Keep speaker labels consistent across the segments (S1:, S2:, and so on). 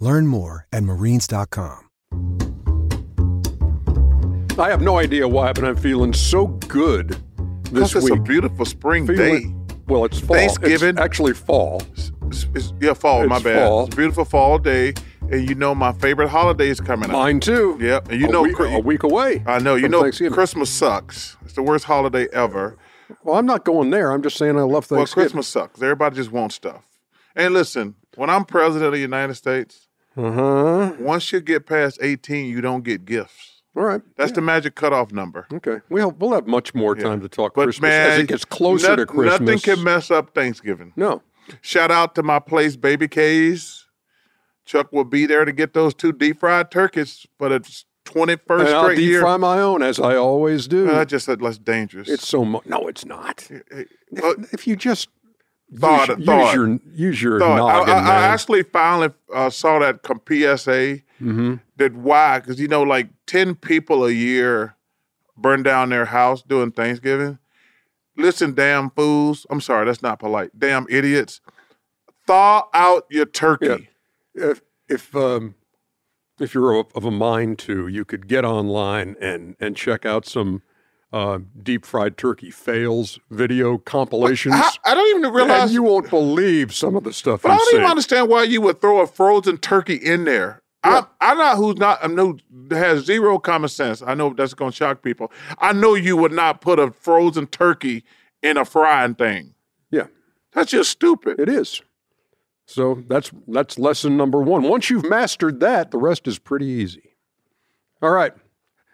S1: Learn more at marines.com.
S2: I have no idea why, but I'm feeling so good this
S3: Because it's
S2: week.
S3: a beautiful spring
S2: Feeling-
S3: day.
S2: Well, it's fall. It's
S3: Thanksgiving.
S2: actually fall.
S3: It's, it's- yeah, fall. my
S2: It's
S3: bad.
S2: fall.
S3: It's a beautiful fall day, and you know my favorite holiday is coming up.
S2: Mine too.
S3: Yep, and you
S2: a
S3: know
S2: week,
S3: cri-
S2: a week away.
S3: I know. You
S2: from
S3: know,
S2: Thanksgiving.
S3: Christmas sucks. It's the worst holiday ever.
S2: Well, I'm not going there. I'm just saying I love
S3: Well,
S2: Thanksgiving.
S3: Christmas sucks. Everybody just wants stuff. And listen, when I'm president of the United States,
S2: Uh huh.
S3: once you get past 18, you don't get gifts.
S2: All right.
S3: That's the magic cutoff number.
S2: Okay. We'll we'll have much more time to talk
S3: But
S2: Christmas
S3: man,
S2: as it gets closer
S3: no-
S2: to Christmas.
S3: nothing can mess up Thanksgiving.
S2: no.
S3: Shout out to my place, Baby K's. Chuck will be there to get those two deep fried turkeys for the 21st
S2: And I'll
S3: straight
S2: deep
S3: year. Uh,
S2: fry my own as I always do.
S3: I just said that's dangerous.
S2: it's so much. No, it's not. If,
S3: uh,
S2: if you just
S3: Thought-
S2: use, use
S3: thought.
S2: your use your
S3: So I, I,
S2: noggin,
S3: I
S2: man.
S3: actually finally uh, saw that com- PSA
S2: Mm-hmm.
S3: that why because you know like ten people a year burn down their house doing Thanksgiving. Listen, damn fools! I'm sorry, that's not polite. Damn idiots! Thaw out your turkey.
S2: Yeah. if if um, if you're of of a mind to, you could get online and and check out some uh, deep fried turkey fails video compilations.
S3: I, I don't even
S2: and
S3: realize.
S2: you won't believe some of the stuff
S3: but I
S2: I'm
S3: don't
S2: seeing.
S3: even understand why you would throw a frozen turkey in there. I, I know who's not. I know has zero common sense. I know that's going to shock people. I know you would not put a frozen turkey in a frying thing.
S2: yeah,
S3: That's just stupid.
S2: it is. So that's that's lesson number one. Once you've mastered that, the rest is pretty easy. All right,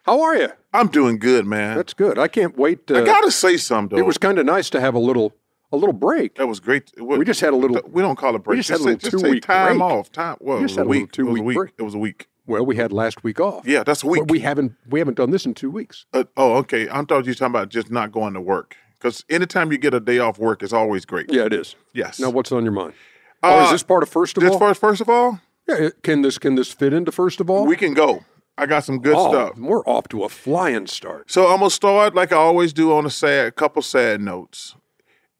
S2: how are you?
S3: I'm doing good, man.
S2: That's good. I can't wait. To,
S3: I gotta say something though.
S2: it was kind of nice to have a little a little break.
S3: that was great. It was-
S2: We just had a little.
S3: we don't call it break.
S2: we just had a little
S3: say- say
S2: two-week
S3: time
S2: break.
S3: off. Time. Well,
S2: We
S3: it
S2: just had
S3: was
S2: a
S3: a
S2: little
S3: week. It was a
S2: two-week
S3: week.
S2: break.
S3: It was a week.
S2: Well, we had last week off.
S3: Yeah, that's a week.
S2: But we haven't we haven't done this in two weeks.
S3: Uh, oh, okay. I thought you were talking about just not going to work because anytime you get a day off work, it's always great.
S2: Yeah, it is.
S3: Yes.
S2: Now, what's on your mind? oh, is
S3: Uh,
S2: this part of first of
S3: Just
S2: all?
S3: first, first of all,
S2: yeah, it- can this can this fit into first of all?
S3: we can go. I got some good
S2: Oh,
S3: stuff.
S2: We're off to a flying start.
S3: So I'm gonna start like I always do on a sad, a couple sad notes,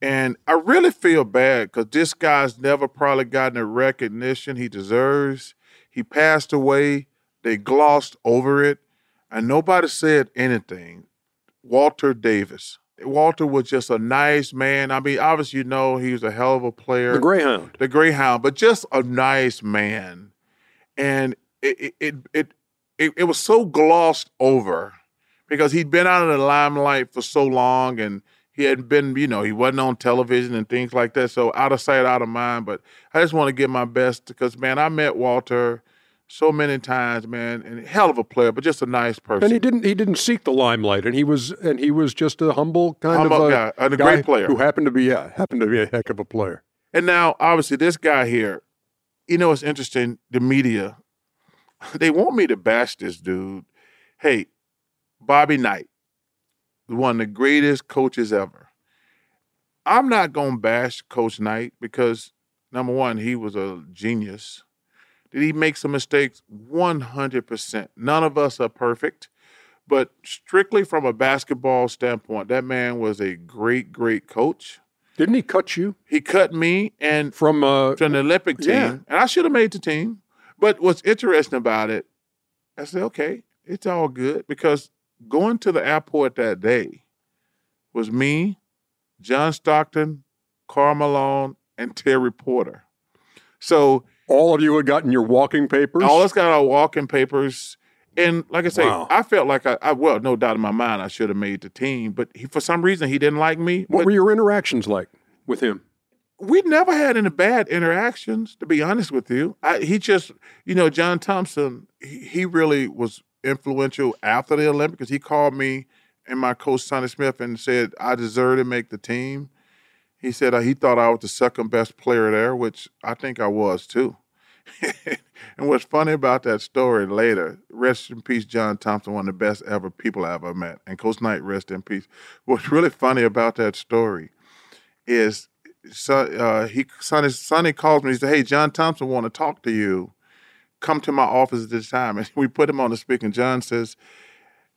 S3: and I really feel bad because this guy's never probably gotten the recognition he deserves. He passed away. They glossed over it, and nobody said anything. Walter Davis. Walter was just a nice man. I mean, obviously, you know, he was a hell of a player
S2: The Greyhound.
S3: the Greyhound, but just a nice man. And it it it it, it was so glossed over because he'd been out of the limelight for so long and he hadn't been, you know, he wasn't on television and things like that. So out of sight, out of mind. But I just want to give my best because man, I met Walter so many times, man, and hell of a player, but just a nice person.
S2: And he didn't he didn't seek the limelight, and he was and he was just a humble kind
S3: Humble
S2: of
S3: guy, and a great player.
S2: who happened to be yeah happened to be a heck of a player.
S3: And now, obviously, this guy here, you know, it's interesting. The media, they want me to bash this dude. Hey, Bobby Knight, one of the greatest coaches ever. I'm not going to bash Coach Knight because, number one, he was a genius. Did he make some mistakes? 100%. None of us are perfect. But strictly from a basketball standpoint, that man was a great, great coach.
S2: Didn't he cut you
S3: He cut me and
S2: from? Uh,
S3: to an Olympic team,
S2: Yeah.
S3: and I should have made the team. But what's interesting about it, I said, okay, it's all good because going to the airport that day was me, John Stockton, Carl Malone, and Terry Porter. So
S2: All of you had gotten your walking papers.
S3: All us got our walking papers. And like I say,
S2: Wow.
S3: I felt like I, I, well, no doubt in my mind, I should have made the team. But he, for some reason, he didn't like me.
S2: what
S3: But
S2: were your interactions like with him?
S3: we never had any bad interactions, to be honest with you. I, he just, you know, John Thompson, he, he really was influential after the Olympics 'cause he called me and my coach, Sonny Smith, and said, I deserve to make the team. He said uh, he thought I was the second best player there, which I think I was too. and what's funny about that story later, rest in peace, John Thompson, one of the best ever people I ever met. And Coach Knight, rest in peace. What's really funny about that story is son, uh, he Sonny, Sonny calls me. He said, "Hey, John Thompson want to talk to you. Come to my office at this time." And we put him on the speaker. And John says,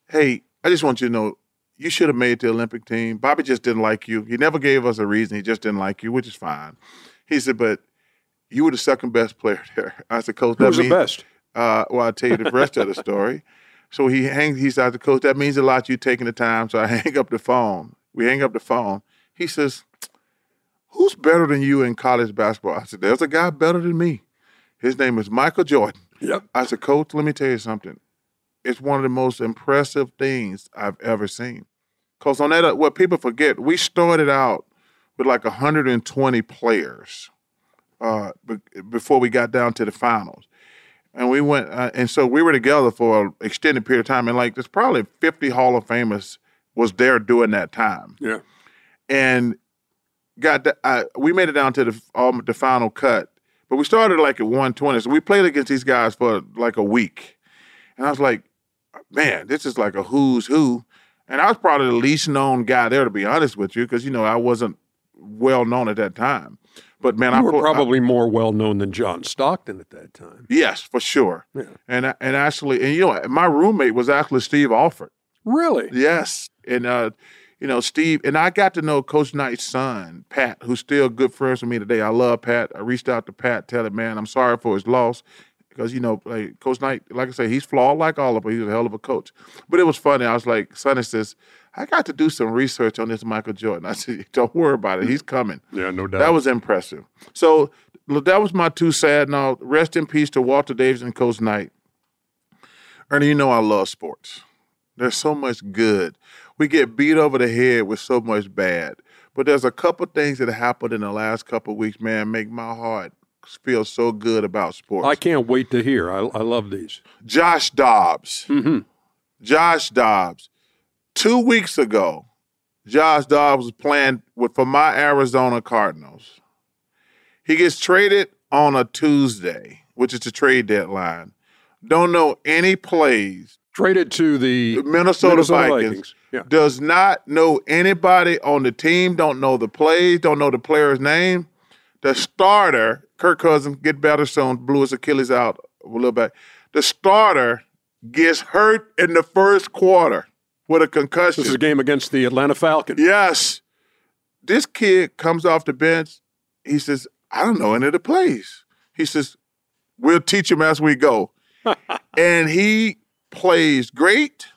S3: "Hey, I just want you to know you should have made the Olympic team. Bobby just didn't like you. He never gave us a reason. He just didn't like you, which is fine." He said, "But you were the second best player there." I said, "Coach,
S2: Who
S3: that
S2: was the
S3: means-
S2: best?
S3: uh, well, I'll tell you the rest of the story. So he hangs, he says, Coach, that means a lot you taking the time. So I hang up the phone. We hang up the phone. He says, Who's better than you in college basketball? I said, There's a guy better than me. His name is Michael Jordan.
S2: Yep.
S3: I said, Coach, let me tell you something. It's one of the most impressive things I've ever seen. Because on that, uh, what people forget, we started out with like 120 players uh, be- before we got down to the finals. And we went, uh, and so we were together for an extended period of time. And like, there's probably 50 Hall of Famers was there during that time
S2: Yeah.
S3: and got the, I, we made it down to the um, the final cut. But we started like at 120, so we played against these guys for like a week, and I was like, man, this is like a who's who, and I was probably the least known guy there to be honest with you, because you know I wasn't well known at that time. But man, I
S2: you were
S3: pulled- I-
S2: probably more well known than John Stockton at that time.
S3: yes for sure,
S2: Yeah.
S3: and I- and actually, and you know, my roommate was actually Steve Alford.
S2: Really?
S3: Yes. And uh, you know, Steve and I got to know Coach Knight's son, Pat, who's still good friends with me today. I love Pat. I reached out to Pat, tell him, man, I'm sorry for his loss. Because you know, like Coach Knight, like I say, he's flawed like all of us. He was a hell of a coach. But it was funny. I was like, Sonny says, I got to do some research on this Michael Jordan. I said, Don't worry about it. He's coming.
S2: Yeah, no doubt.
S3: That was impressive. So look, that was my two sad. Now rest in peace to Walter Davis and Coach Knight. Ernie, you know I love sports. There's so much good. We get beat over the head with so much bad. But there's a couple things that happened in the last couple weeks, man, make my heart feel so good about sports.
S2: I can't wait to hear. I, I love these.
S3: Josh Dobbs.
S2: Mm-hmm.
S3: Josh Dobbs. Two weeks ago, Josh Dobbs was playing with for my Arizona Cardinals. He gets traded on a Tuesday, which is the trade deadline. Don't know any plays.
S2: Traded to the
S3: The Minnesota, Vikings,
S2: Yeah.
S3: does not know anybody on the team, don't know the plays, don't know the player's name. The starter, Kirk Cousins, get better soon, blew his Achilles out a little bit. The starter gets hurt in the first quarter with a concussion.
S2: This is a game against the Atlanta Falcons.
S3: Yes. This kid comes off the bench. He says, I don't know any of the plays. He says, We'll teach him as we go. and he plays great.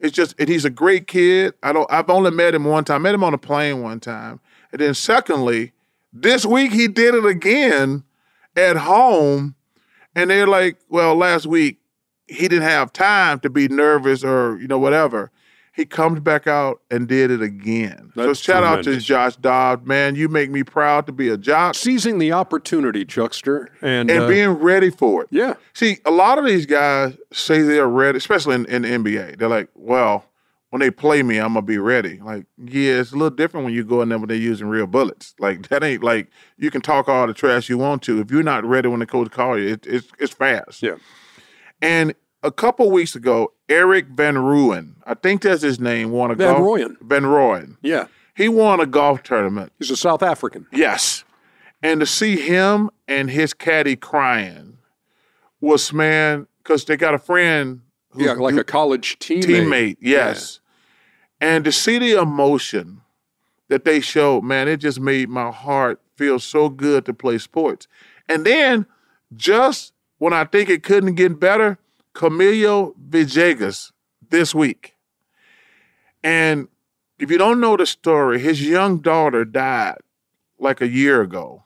S3: It's just, and he's a great kid. I don't I've only met him one time. met him on a plane one time. And then secondly, this week he did it again at home. And they're like, well, last week he didn't have time to be nervous or, you know, whatever. He comes back out and did it again.
S2: That's
S3: so shout out to
S2: tremendous.
S3: Josh Dobbs, man. You make me proud to be a jock
S2: Seizing the opportunity, Chuckster, and,
S3: and
S2: uh,
S3: being ready for it.
S2: yeah,
S3: See, a lot of these guys say they're ready, especially in, in the NBA. They're like, well, when they play me, I'm gonna be ready. Like, yeah, it's a little different when you go in there when they're using real bullets. Like that ain't like you can talk all the trash you want to. If you're not ready when the coach calls you, it, it's it's fast.
S2: yeah.
S3: And a couple weeks ago, Eric Van Ruin, I think that's his name, won a
S2: Van
S3: golf
S2: Rooyen.
S3: Van Ruin.
S2: Yeah.
S3: He won a golf tournament.
S2: He's a South African.
S3: Yes. And to see him and his caddy crying was, man, because they got a friend who's
S2: Yeah, like a college teammate.
S3: teammate. Yes. And to see the emotion that they showed, man, it just made my heart feel so good to play sports. And then just when I think it couldn't get better, Camilo Villegas this week. And if you don't know the story, his young daughter died like a year ago.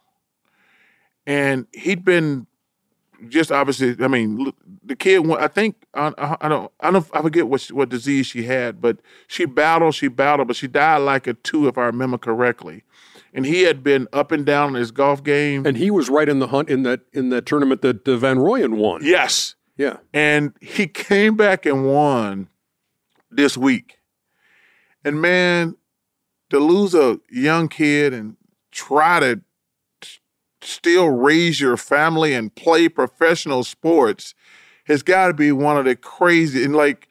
S3: and he'd been just obviously. I mean, look, the kid. went- I think I, I- I don't. I don't. I forget what what disease she had, but she battled. She battled, but she died like a two, if I remember correctly. And he had been up and down in his golf game.
S2: And he was right in the hunt in that in that tournament that uh, Van Royen won.
S3: yes,
S2: Yeah.
S3: and he came back and won this week. And man, to lose a young kid and try to t- still raise your family and play professional sports has got to be one of the crazy and like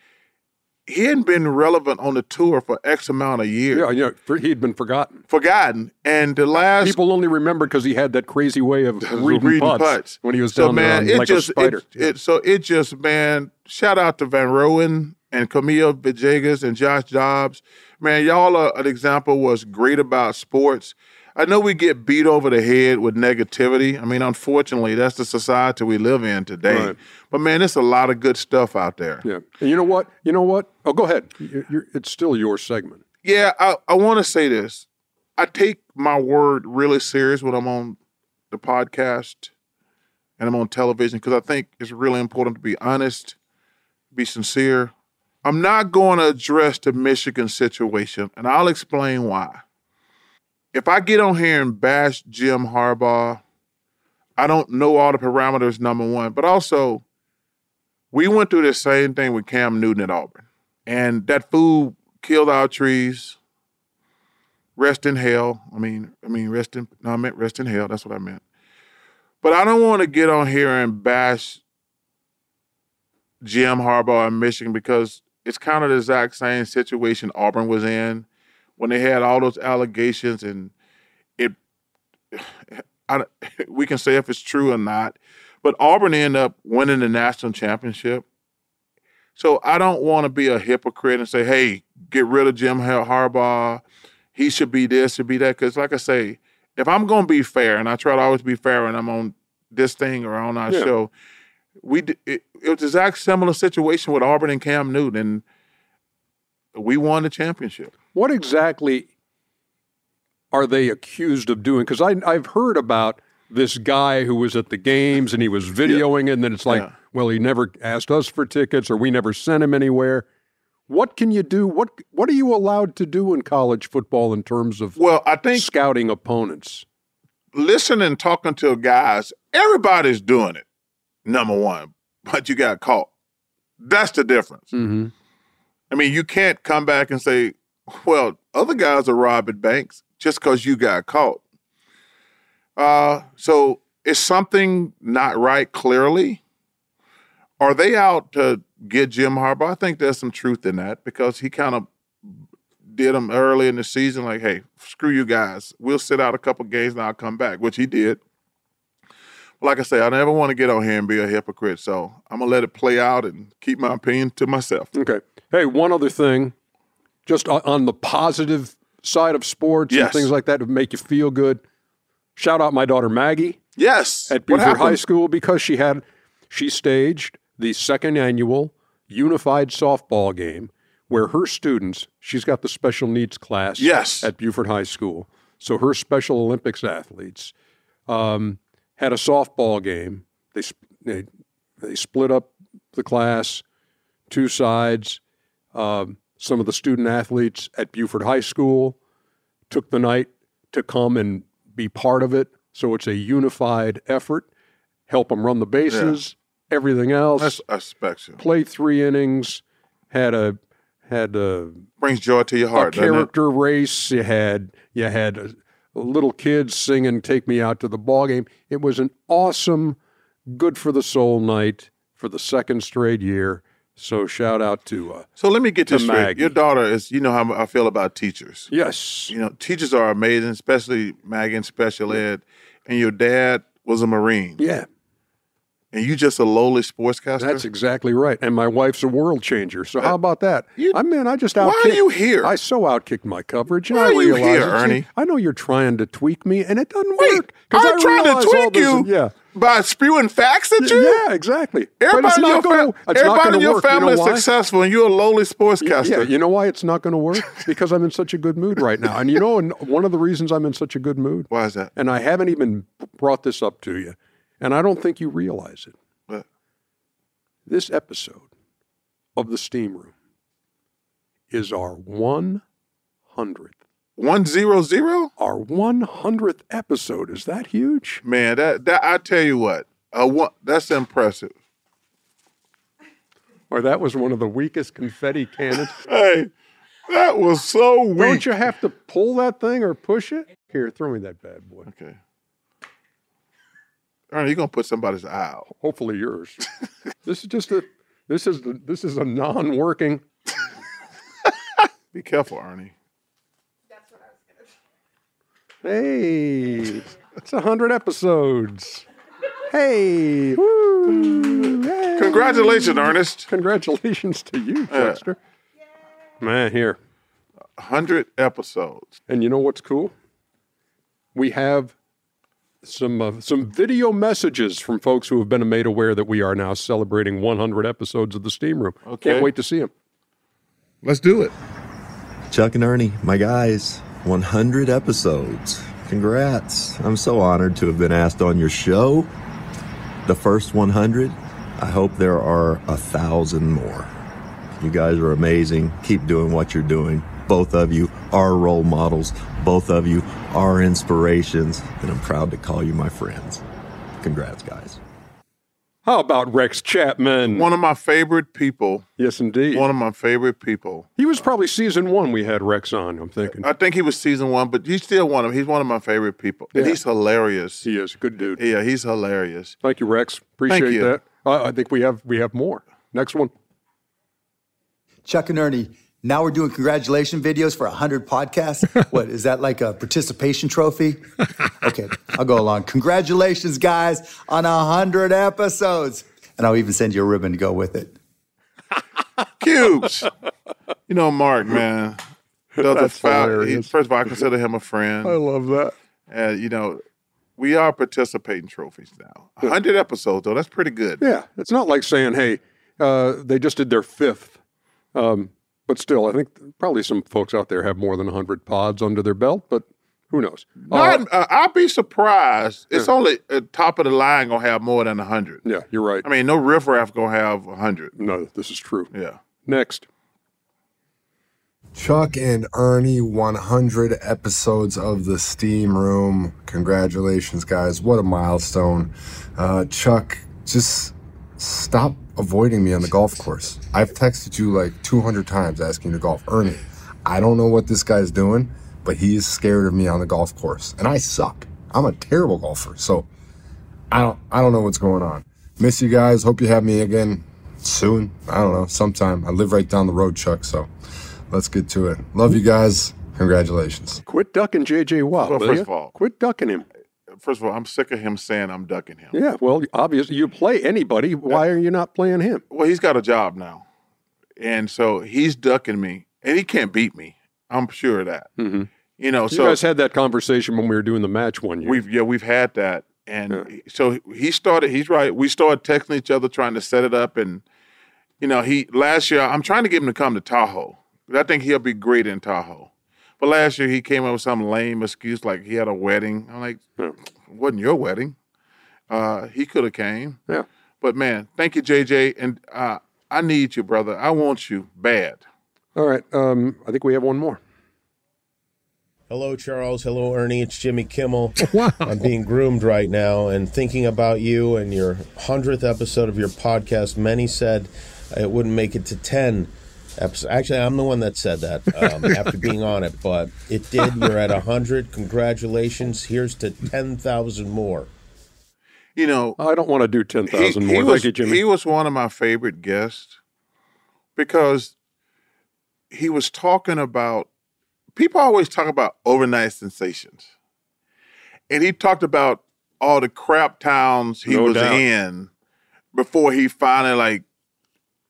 S3: he hadn't been relevant on the tour for X amount of years,
S2: Yeah, you know, for, he'd been forgotten.
S3: forgotten. And the last
S2: People only remembered because he had that crazy way of reading,
S3: reading
S2: putts,
S3: putts.
S2: when he was
S3: so
S2: down
S3: man,
S2: there on,
S3: it
S2: like
S3: just
S2: a spider.
S3: It, it- so it just man, shout out to Van Rowan and Camille Villegas and Josh Jobs. Man, y'all are an example of what's great about sports. I know we get beat over the head with negativity. I mean, unfortunately, that's the society we live in today.
S2: Right.
S3: But man, it's a lot of good stuff out there.
S2: yeah. And you know what? You know what? Oh, go ahead. You- you're- it's still your segment.
S3: Yeah, I, I want to say this. I take my word really serious when I'm on the podcast and I'm on television because I think it's really important to be honest, be sincere. I'm not going to address the Michigan situation, and I'll explain why. If I get on here and bash Jim Harbaugh, I don't know all the parameters, number one, but also, we went through the same thing with Cam Newton at Auburn. And that fool killed our trees. Rest in hell. I mean, I mean, rest in no, I meant rest in hell. That's what I meant. But I don't want to get on here and bash Jim Harbaugh in Michigan because it's kind of the exact same situation Auburn was in when they had all those allegations and it I, don't- we can say if it's true or not. But Auburn ended up winning the national championship. So I don't want to be a hypocrite and say, "Hey, get rid of Jim Har- Harbaugh. He should be this, should be that." Because, like I say, if I'm going to be fair, and I try to always be fair, and I'm on this thing or on our
S2: Yeah.
S3: show, we d- it, it was the exact similar situation with Auburn and Cam Newton, and we won the championship.
S2: What exactly are they accused of doing? Because I've heard about this guy who was at the games and he was videoing, it, and then it's like,
S3: Yeah.
S2: well, he never asked us for tickets or we never sent him anywhere. What can you do? What What are you allowed to do in college football in terms of
S3: Well, I think
S2: scouting opponents?
S3: listening and talking to guys, everybody's doing it. Number one, but you got caught. That's the difference.
S2: Mm-hmm.
S3: I mean, you can't come back and say, well, other guys are robbing banks just because you got caught. Uh, so is something not right clearly? Are they out to get Jim Harbaugh? I think there's some truth in that because he kind of did them early in the season, like, hey, screw you guys. We'll sit out a couple games and I'll come back, which he did. Like I say, I never want to get on here and be a hypocrite. So I'm going to let it play out and keep my opinion to myself.
S2: Okay. Hey, one other thing, just o- on the positive side of sports and
S3: Yes.
S2: things like that to make you feel good. Shout out my daughter Maggie.
S3: Yes.
S2: at
S3: What
S2: Beaver High
S3: happened?
S2: School because she had she staged the second annual unified softball game where her students she's got the special needs class
S3: Yes.
S2: at Buford High School so her special Olympics athletes um, had a softball game they, sp- they they split up the class two sides um, some of the student athletes at Buford High School took the night to come and be part of it. So it's a unified effort. Help them run the bases, everything else.
S3: That's a special.
S2: Play three innings. Had a had a,
S3: Brings joy to your
S2: a
S3: heart, doesn't it?
S2: character race. You had you had uh little kids singing "Take Me Out to the Ball Game." It was an awesome, good for the soul night for the second straight year. So shout out to uh,
S3: So let me get this
S2: To
S3: straight.
S2: Maggie.
S3: Your daughter is, you know how I feel about teachers.
S2: yes,
S3: You know, teachers are amazing, especially Maggie and special ed. And your dad was a Marine.
S2: yeah,
S3: and you just a lowly sportscaster.
S2: That's exactly right. And my wife's a world changer. So how about that?
S3: Uh, You-
S2: I mean, I just
S3: Why
S2: outkicked.
S3: are you here?
S2: I so outkicked my coverage. and
S3: Why
S2: I
S3: are you
S2: realize
S3: here,
S2: it's-
S3: Ernie?
S2: I know you're trying to tweak me, and it doesn't
S3: Wait,
S2: work. 'cause
S3: I'm
S2: I
S3: trying to
S2: realize all
S3: tweak
S2: this-
S3: you
S2: Yeah.
S3: by spewing facts at you.
S2: Yeah, exactly. but it's
S3: Everybody in your,
S2: not going
S3: fam-
S2: to
S3: everybody in your
S2: work.
S3: family
S2: you know
S3: is
S2: why?
S3: successful, and you're a lowly sportscaster.
S2: Yeah, you know why it's not going to work? Because I'm in such a good mood right now. And you know, and one of the reasons I'm in such a good mood,
S3: Why is that?
S2: and I haven't even brought this up to you, and I don't think you realize it.
S3: What?
S2: This episode of the Steam Room is our 100th.
S3: One zero zero.
S2: Our 100th episode. Is that huge?
S3: Man, that that I tell you what, uh, one, that's impressive.
S2: Or that was one of the weakest confetti cannons.
S3: Hey, that was so
S2: don't
S3: weak.
S2: you have to pull that thing or push it? Here, throw me that bad boy.
S3: Okay, Ernie, you're gonna put somebody's eye out.
S2: hopefully yours. this is just a this is this is a non-working.
S3: Be careful, Ernie.
S2: Hey, it's a hundred episodes. Hey, woo, hey.
S3: Congratulations, Ernest.
S2: Congratulations to you, Chester. Man, here.
S3: Hundred episodes.
S2: And you know what's cool? We have some uh, some video messages from folks who have been made aware that we are now celebrating 100 episodes of the Steam Room.
S3: Okay.
S2: Can't wait to see them.
S3: Let's do it.
S4: Chuck and Ernie, my guys, 100 episodes. Congrats. I'm so honored to have been asked on your show. The first 100, I hope there are a thousand more. You guys are amazing. Keep doing what you're doing. Both of you are role models. Both of you are inspirations. And I'm proud to call you my friends. Congrats, guys.
S2: How about Rex Chapman?
S3: One of my favorite people.
S2: yes, indeed.
S3: One of my favorite people.
S2: He was probably season one we had Rex on, I'm thinking.
S3: I think he was season one, but he's still one of. He's one of my favorite people, and
S2: Yeah.
S3: he's hilarious.
S2: he is. Good dude.
S3: Yeah, he's hilarious.
S2: Thank you, Rex. Appreciate
S3: you.
S2: that. I, I think we have we have more. Next one.
S5: Chuck and Ernie, now we're doing congratulation videos for 100 podcasts. what is that like a participation trophy? Okay, I'll go along. Congratulations, guys, on 100 episodes. And I'll even send you a ribbon to go with it.
S3: Cubes. you know, Mark, man. does a
S2: That's
S3: foul- he-
S2: hilarious.
S3: first of all, I consider him a friend.
S2: love that.
S3: And, you know, we are participating trophies now. 100 episodes, though. That's pretty good.
S2: Yeah. It's not like saying, hey, uh, they just did their fifth. Um, but still, I think probably some folks out there have more than 100 pods under their belt, but who knows? Uh,
S3: Not- uh, I'll be surprised. It's only uh, top of the line going to have more than 100.
S2: yeah, you're right.
S3: I mean, no riffraff going to have 100.
S2: no, this is true.
S3: Yeah.
S2: Next.
S6: Chuck and Ernie, 100 episodes of the Steam Room. Congratulations, guys. What a milestone. Uh, Chuck, just stop avoiding me on the golf course. I've texted you like 200 times asking you to golf. Ernie, I don't know what this guy's doing, but he is scared of me on the golf course, and I suck. I'm a terrible golfer, so I don't, I don't know what's going on. Miss you guys. Hope you have me again soon. I don't know, sometime. I live right down the road, Chuck, so let's get to it. Love you guys. Congratulations.
S2: Quit ducking JJ Watt.
S3: Well,
S2: will
S3: first
S2: ya?
S3: of all-
S2: quit ducking him.
S3: First of all, I'm sick of him saying I'm ducking him.
S2: Yeah, well, obviously, you play anybody. Why are you not playing him?
S3: Well, he's got a job now. And so he's ducking me, and he can't beat me. I'm sure of that.
S2: Mhm.
S3: You know,
S2: You
S3: so.
S2: guys had that conversation when we were doing the match one year.
S3: We've yeah, we've had that, and so he started. He's right. We started texting each other, trying to set it up, and you know, he last year I'm trying to get him to come to Tahoe. 'cause I think he'll be great in Tahoe. But last year he came up with some lame excuse like he had a wedding. I'm like,
S2: Yeah.
S3: wasn't your wedding? Uh, he could have came.
S2: yeah.
S3: But man, thank you, JJ, and uh, I need you, brother. I want you bad.
S2: All right. Um, I think we have one more.
S7: Hello, Charles. Hello, Ernie. It's Jimmy Kimmel. I'm being groomed right now and thinking about you and your 100th episode of your podcast. Many said it wouldn't make it to 10 episodes. Actually, I'm the one that said that um, after being on it, but it did. You're at 100. Congratulations. Here's to 10,000 more.
S3: You know,
S2: I don't want to do 10,000 more.
S3: was,
S2: Thank you, Jimmy.
S3: He was one of my favorite guests because he was talking about people always talk about overnight sensations. And he talked about all the crap towns he
S2: No
S3: was
S2: doubt.
S3: in before he finally like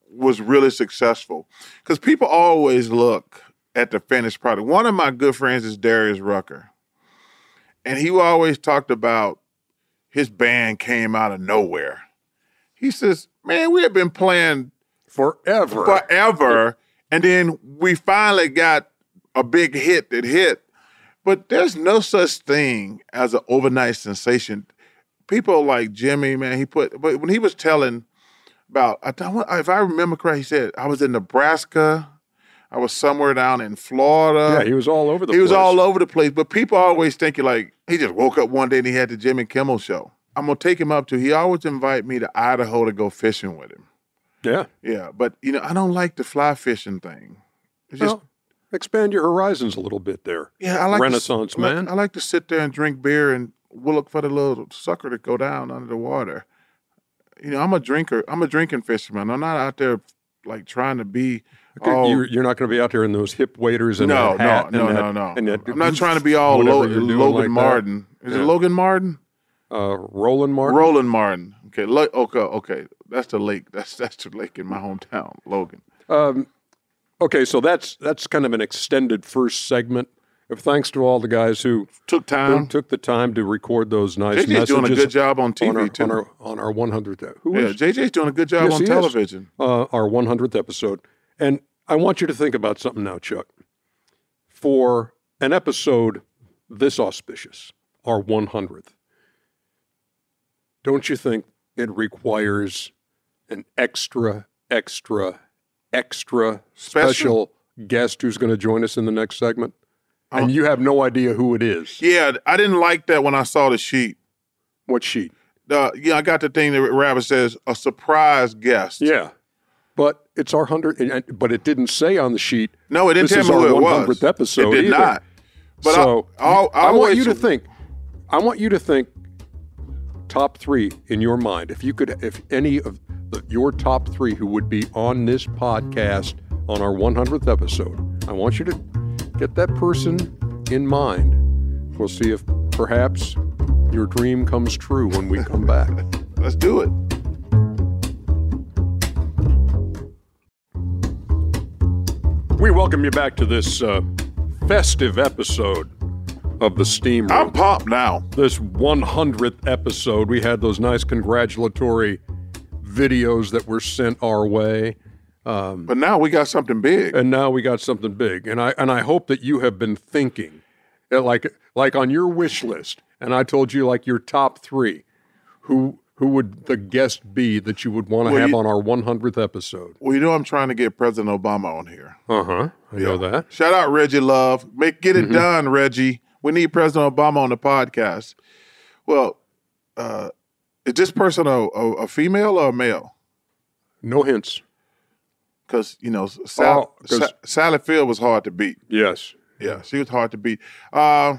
S3: was really successful. Because people always look at the finished product. One of my good friends is Darius Rucker, and he always talked about his band came out of nowhere. He says, "Man, we have been playing
S2: Forever.
S3: forever. And then we finally got a big hit that hit. But there's no such thing as an overnight sensation. People like Jimmy, man, he put, but when he was telling about, I don't, if I remember correct, he said, I was in Nebraska, I was somewhere down in Florida.
S2: yeah, he was all over the
S3: uh, He
S2: place.
S3: was all over the place, but people always think you're like he just woke up one day and he had the Jimmy Kimmel show. I'm gonna take him up to. He always invite me to Idaho to go fishing with him.
S2: Yeah.
S3: Yeah, but you know, I don't like the fly fishing thing. It's just
S2: Well, expand your horizons a little bit there.
S3: yeah, I like to-
S2: Renaissance
S3: I like-
S2: man.
S3: I like to sit there and drink beer and we'll look for the little sucker to go down under the water. You know, I'm a drinker. I'm a drinking fisherman. I'm not out there like trying to be. all-
S2: You're, you're not going to be out there in those hip waiters and
S3: Oh. no,
S2: that hat and
S3: no, no,
S2: that,
S3: no, no,
S2: And that,
S3: I'm not trying to be all
S2: whatever
S3: Lo-
S2: you're doing
S3: Logan
S2: like that.
S3: Martin. Is
S2: Yeah.
S3: it Logan Martin?
S2: Uh, Roland Martin.
S3: Roland Martin. Okay, Lo- okay, okay. That's the lake. That's that's the lake in my hometown, Logan.
S2: Um, okay, so that's that's kind of an extended first segment. Of thanks to all the guys who,
S3: Took
S2: who
S3: time.
S2: took the time to record those nice
S3: JJ's
S2: messages
S3: doing a good job on TV
S2: on our,
S3: too.
S2: on our on our 100th. Who
S3: yeah,
S2: is
S3: JJ's doing a good job
S2: Yes,
S3: on
S2: he is.
S3: television.
S2: uh, our 100th episode. And I want you to think about something now, Chuck. For an episode this auspicious, our 100th, don't you think it requires an extra, extra, extra
S3: Special?
S2: special guest who's going to join us in the next segment? And you have no idea who it is.
S3: Uh, Yeah, I didn't like that when I saw the sheet.
S2: What sheet?
S3: Uh, yeah, I got the thing that Rabbit says a surprise guest.
S2: Yeah. But it's our 100, but it didn't say on the sheet.
S3: No, it didn't
S2: this
S3: tell me
S2: is
S3: who
S2: our
S3: it was.
S2: 100th episode.
S3: It did
S2: either.
S3: not. But
S2: so
S3: I, I'll, I'll
S2: I want
S3: always-
S2: you to think. I want you to think top three in your mind. If you could, if any of the, your top three who would be on this podcast on our 100th episode, I want you to get that person in mind. We'll see if perhaps your dream comes true when we come back.
S3: Let's do it.
S2: we welcome you back to this uh, festive episode of the Steam Room.
S3: I'm pumped now.
S2: this 100th episode. We had those nice congratulatory videos that were sent our way, Mm.
S3: But now we got something big.
S2: and now we got something big. And I and I hope that you have been thinking, uh, like like on your wish list. And I told you like your top three, who who would the guest be that you would want to
S3: Well,
S2: have
S3: you-
S2: on our 100th episode?
S3: Well, you know I'm trying to get President Obama on here.
S2: Uh huh. I know that.
S3: Shout out Reggie Love. Make get
S2: Mm-hmm.
S3: it done, Reggie. We need President Obama on the podcast. Well, uh, is this person a, a, a female or a male?
S2: No hints.
S3: Because you know, Sal,
S2: Oh, 'cause-
S3: Sa- Sally Field was hard to beat.
S2: Yes.
S3: Yeah, she was hard to beat. Uh,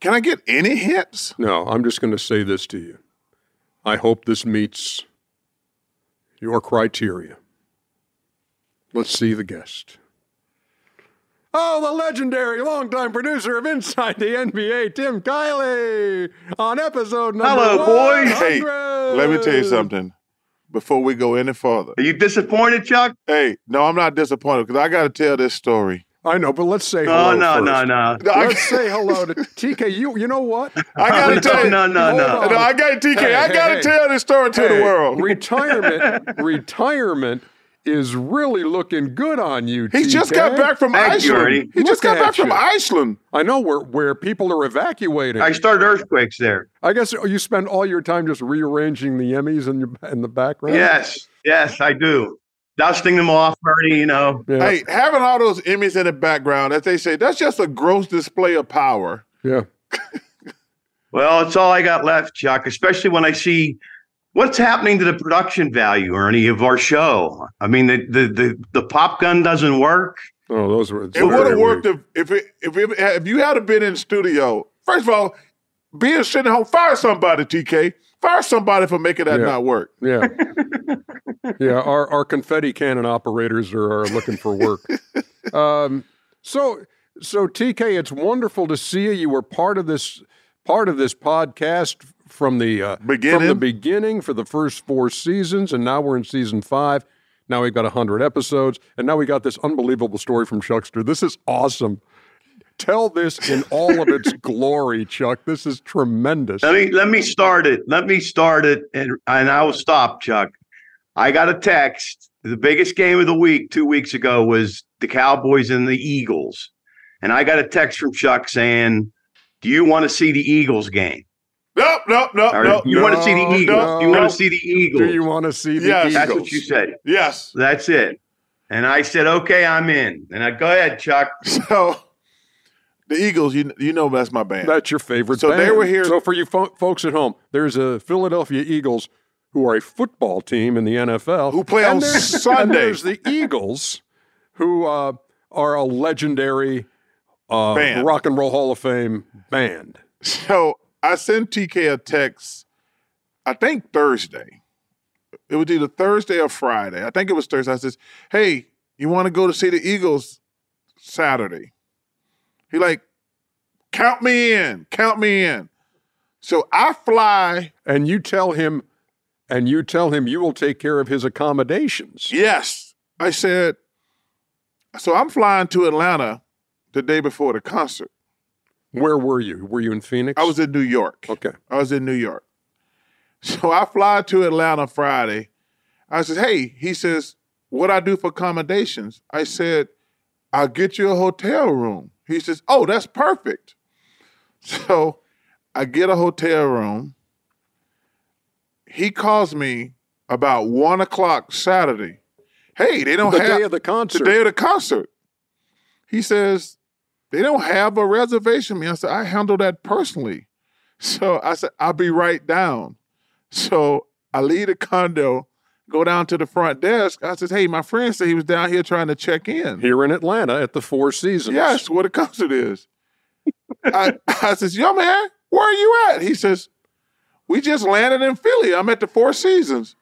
S3: can I get any hints?
S2: No, I'm just going to say this to you. I hope this meets your criteria. Let's see the guest. Oh, the legendary longtime producer of Inside the NBA, Tim Kiley, on episode number
S4: Hello, boys.
S3: Hey,
S2: 100.
S3: let me tell you something before we go any further.
S4: Are you disappointed, Chuck?
S3: Hey, no, I'm not disappointed because I got to tell this story.
S2: I know, but let's say
S4: No,
S2: hello
S4: no,
S2: first.
S4: no, no.
S3: No, I,
S2: Let's say hello to TK. You, you know what?
S3: I got to
S4: No,
S3: tell you.
S4: no, no,
S2: Hold
S4: no.
S2: on.
S3: No, I got TK. I
S2: Hey,
S3: got to
S2: hey,
S3: tell this story to
S2: Hey,
S3: the world.
S2: Retirement, retirement is really looking good on you.
S3: He just
S2: TK.
S3: got back from
S4: Thank you,
S3: Iceland.
S4: Ernie.
S3: he just
S2: Look
S3: got back
S2: at
S3: from
S2: you.
S3: Iceland.
S2: I know where where people are evacuating.
S4: I
S2: I,
S4: started earthquakes there.
S2: guess you spend all your time just rearranging the Emmys in your in the background.
S4: Yes, yes, I do. Dusting them off, Ernie, you know.
S2: Yeah.
S3: Hey, having all those Emmys in the background, as they say, that's just a gross display of power.
S2: yeah.
S4: Well, it's all I got left, Chuck, especially when I see what's happening to the production value, Ernie, of our show. I mean, the the the, the pop gun doesn't work.
S2: Oh, those were.
S3: It would have worked if if it, if it, if you had been in studio. First of all, being sitting home, fire somebody, TK. Fire somebody for making that
S2: Yeah.
S3: not work.
S2: Yeah. yeah. Our our confetti cannon operators are, are looking for work. um. So so TK, it's wonderful to see you. You were part of this part of this podcast from the uh, from the
S3: Beginning?
S2: beginning for the first four seasons, and now we're in season five. Now we've got hundred episodes, and now we got this unbelievable story from Chuckster. This is awesome. Tell this in all of its glory, Chuck. This is tremendous.
S4: Let me let me start it. Let me start it, and and I will stop, Chuck. I got a text. The biggest game of the week two weeks ago was the Cowboys and the Eagles, and I got a text from Chuck saying, "Do you want to see the Eagles game?
S3: Nope, nope, nope,
S4: Or,
S3: nope.
S4: you want to see the
S2: Oh, no,
S4: Eagles?
S2: no,
S4: you want
S3: no.
S4: to see the
S2: Do
S4: Eagles?
S2: you want to see the
S3: Yes.
S2: Eagles?
S4: That's what you said.
S3: Yes.
S4: That's it." And I said, "Okay, I'm in." And I go ahead, Chuck.
S3: So the Eagles, you you know that's my band.
S2: That's your favorite.
S3: So they
S2: band.
S3: were here-
S2: So for you fo- folks at home, there's a Philadelphia Eagles who are a football team in the NFL
S3: Who play
S2: and
S3: on
S2: there's-
S3: Sunday.
S2: And there's the Eagles, who uh, are a legendary uh,
S3: Band.
S2: rock and roll Hall of Fame band.
S3: So I sent TK a text, I think Thursday. It was either Thursday or Friday. I think it was Thursday. I says, Hey, you want to go to see the Eagles Saturday? He like, count me in, count me in. So I fly,
S2: And you tell him, and you tell him you will take care of his accommodations.
S3: yes. I said, so I'm flying to Atlanta the day before the concert.
S2: Where were you? Were you in Phoenix?
S3: I was in New York.
S2: okay.
S3: I was in New York. So I fly to Atlanta Friday. I says, hey, he says, what I do for accommodations? I said, I'll get you a hotel room. He says, oh, that's perfect. So I get a hotel room. He calls me about one o'clock Saturday. Hey, they don't
S2: The
S3: have
S2: day of the concert.
S3: the day of the concert. He says, they don't have a reservation. Me, I said, I handle that personally. So I said, I'll be right down. So I leave the condo, go down to the front desk. I says, Hey, my friend said he was down here trying to check in.
S2: here in Atlanta at the Four Seasons.
S3: Yes, what a concert is. I, I says, yo, man, where are you at? He says, we just landed in Philly. I'm at the Four Seasons.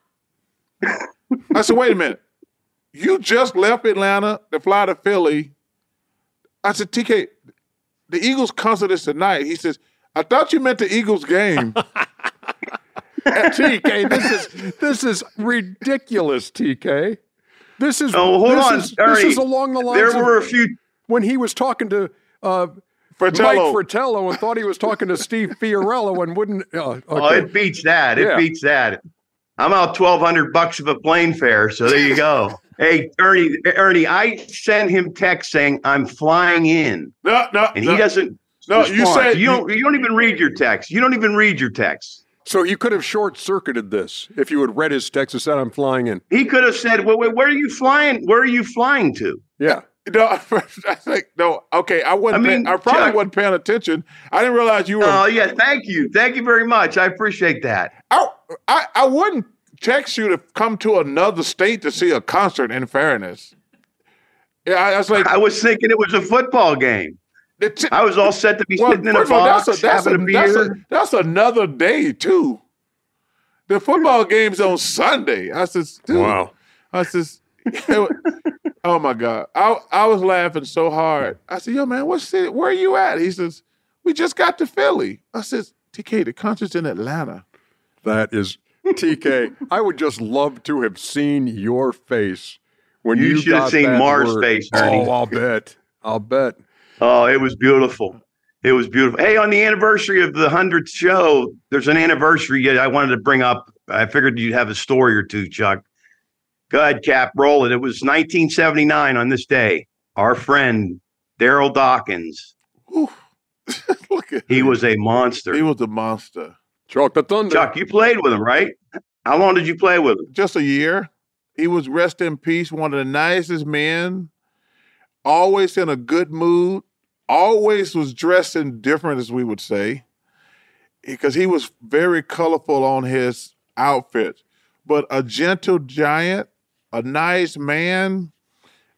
S3: I said, wait a minute. You just left Atlanta to fly to Philly. I said, TK, the Eagles concert is tonight. He says, I thought you meant the Eagles game.
S2: TK, this is this is ridiculous, TK. This is
S4: Oh, hold
S2: this
S4: on,
S2: is, this
S4: Ernie.
S2: is along the
S3: Oh,
S2: lines
S4: There
S2: of
S4: were a few.
S2: when he was talking to uh, Mike
S3: Fratello.
S2: Fratello and thought he was talking to Steve Fiorello and wouldn't. Uh, okay.
S4: Oh, it beats that. It
S2: Yeah.
S4: beats that. I'm out twelve hundred bucks of a plane fare, so there you go. hey, Ernie, Ernie, I sent him text saying I'm flying in,
S3: no, no,
S4: and
S3: no.
S4: he doesn't.
S3: No, you
S4: respond.
S3: said-
S4: you don't. You don't even read your text. You don't even read your text.
S2: so you could have short circuited this if you had read his text and said, "I'm flying in."
S4: He could have said, "Well, wait, where are you flying? Where are you flying to?"
S2: Yeah,
S3: No, I think no. Okay, I wasn't.
S4: I
S3: I,
S4: mean,
S3: I probably
S4: Chuck-
S3: wasn't paying attention. I didn't realize you were.
S4: Oh, yeah. Thank you. Thank you very much. I appreciate that.
S3: I, I I wouldn't text you to come to another state to see a concert. In fairness, yeah, I, I was like,
S4: I was thinking it was a football game.
S3: the t-
S4: I was all set to be
S3: well,
S4: sitting in a
S3: first of all,
S4: box,
S3: that's a that's
S4: having
S3: a,
S4: a
S3: that's, a,
S4: beer.
S3: that's another day too. The football game's on Sunday. I says, dude,
S2: Wow.
S3: I says, oh my god, I I was laughing so hard. I said, yo man, what city? Where are you at? He says, we just got to Philly. I says, TK, the concert's in Atlanta.
S2: that is TK. I would just love to have seen your face when
S4: You
S2: you,
S4: should have
S2: got
S4: seen
S2: that
S4: Mar's
S2: word.
S4: face, Ernie.
S2: Oh, I'll bet. I'll bet.
S4: Oh, it was beautiful. It was beautiful. Hey, on the anniversary of the 100th show, Oh, there's an anniversary that I wanted to bring up. I figured you'd have a story or two, Chuck. Go ahead, Cap, roll it. It was 1979 on this day. Our friend, Daryl Dawkins,
S3: Whew. Look at
S4: he
S3: him.
S4: was a
S3: He
S4: monster.
S3: was a monster.
S2: Chalk the thunder.
S4: Chuck, you played with him, right? How long did you play with him?
S3: Just a year. He was rest in peace, one of the nicest men, always in a good mood, always was dressed in different, as we would say, because he was very colorful on his outfits. But a gentle giant, a nice man.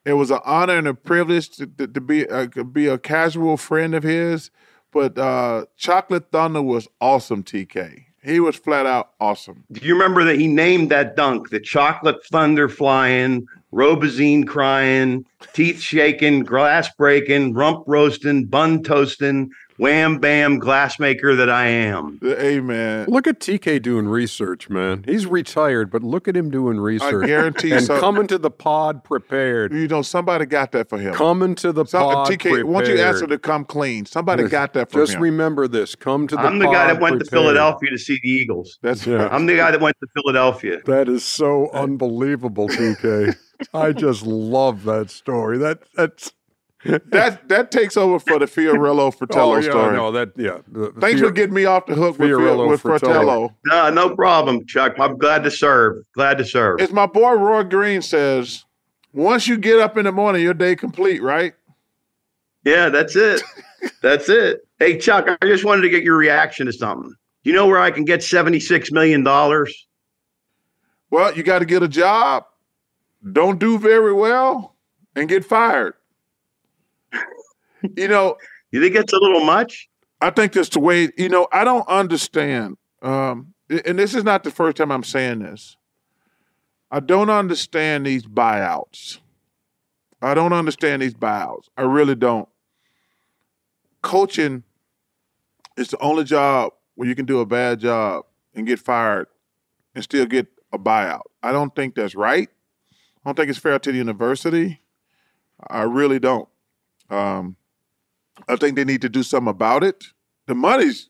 S3: It was an honor and a privilege to, to, to be uh, to be a casual friend of his. But uh, Chocolate Thunder was awesome, TK. He was flat out awesome.
S4: Do you remember that he named that dunk the chocolate thunder flying, Robazine crying, teeth shaking, glass breaking, rump roasting, bun toasting, wham bam glassmaker that I am.
S3: Amen.
S2: Look at TK doing research, man. He's retired, but look at him doing research.
S3: guarantee you
S2: and
S3: so-
S2: coming to the pod prepared.
S3: You know, somebody got that for him.
S2: Coming to the
S3: So,
S2: pod
S3: TK,
S2: prepared.
S3: won't you ask him to come clean? Somebody got that for
S2: Just
S3: him.
S2: remember this. Come to the.
S4: I'm the guy that
S2: pod
S4: went to
S2: prepared.
S4: Philadelphia to see the Eagles.
S3: That's
S2: Yeah.
S4: I'm the guy that went to Philadelphia.
S2: That is so unbelievable, TK. I just love that story. That that's
S3: that that takes over for the Fiorillo Fratello
S2: oh, yeah,
S3: story.
S2: No, that yeah. The- the
S3: Thanks
S2: fear-
S3: for getting me off the hook with,
S2: Fiorillo
S3: Fiorillo with
S2: Fratello.
S3: Fratello.
S4: No, no problem, Chuck. I'm glad to serve. Glad to serve.
S3: As my boy Roy Green says, once you get up in the morning, your day complete, right?
S4: Yeah, that's it. that's it. Hey, Chuck, I just wanted to get your reaction to something. You know where I can get $76 million?
S3: Well, you got to get a job, don't do very well, and get fired. you know,
S4: You think it's a little much?
S3: I think that's the way, you know, I don't understand. Um, and this is not the first time I'm saying this. I don't understand these buyouts. I don't understand these buyouts. I really don't. Coaching is the only job where you can do a bad job and get fired and still get a buyout. I don't think that's right. I don't think it's fair to the university. I really don't. Um, I think they need to do something about it. The money's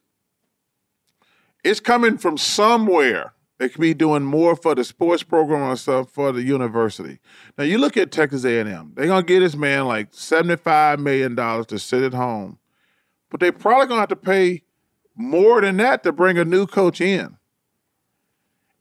S3: it's coming from somewhere. They could be doing more for the sports program or stuff for the university. Now you look at Texas A&M. They're gonna get this man like seventy-five million dollars to sit at home, but they probably gonna have to pay more than that to bring a new coach in.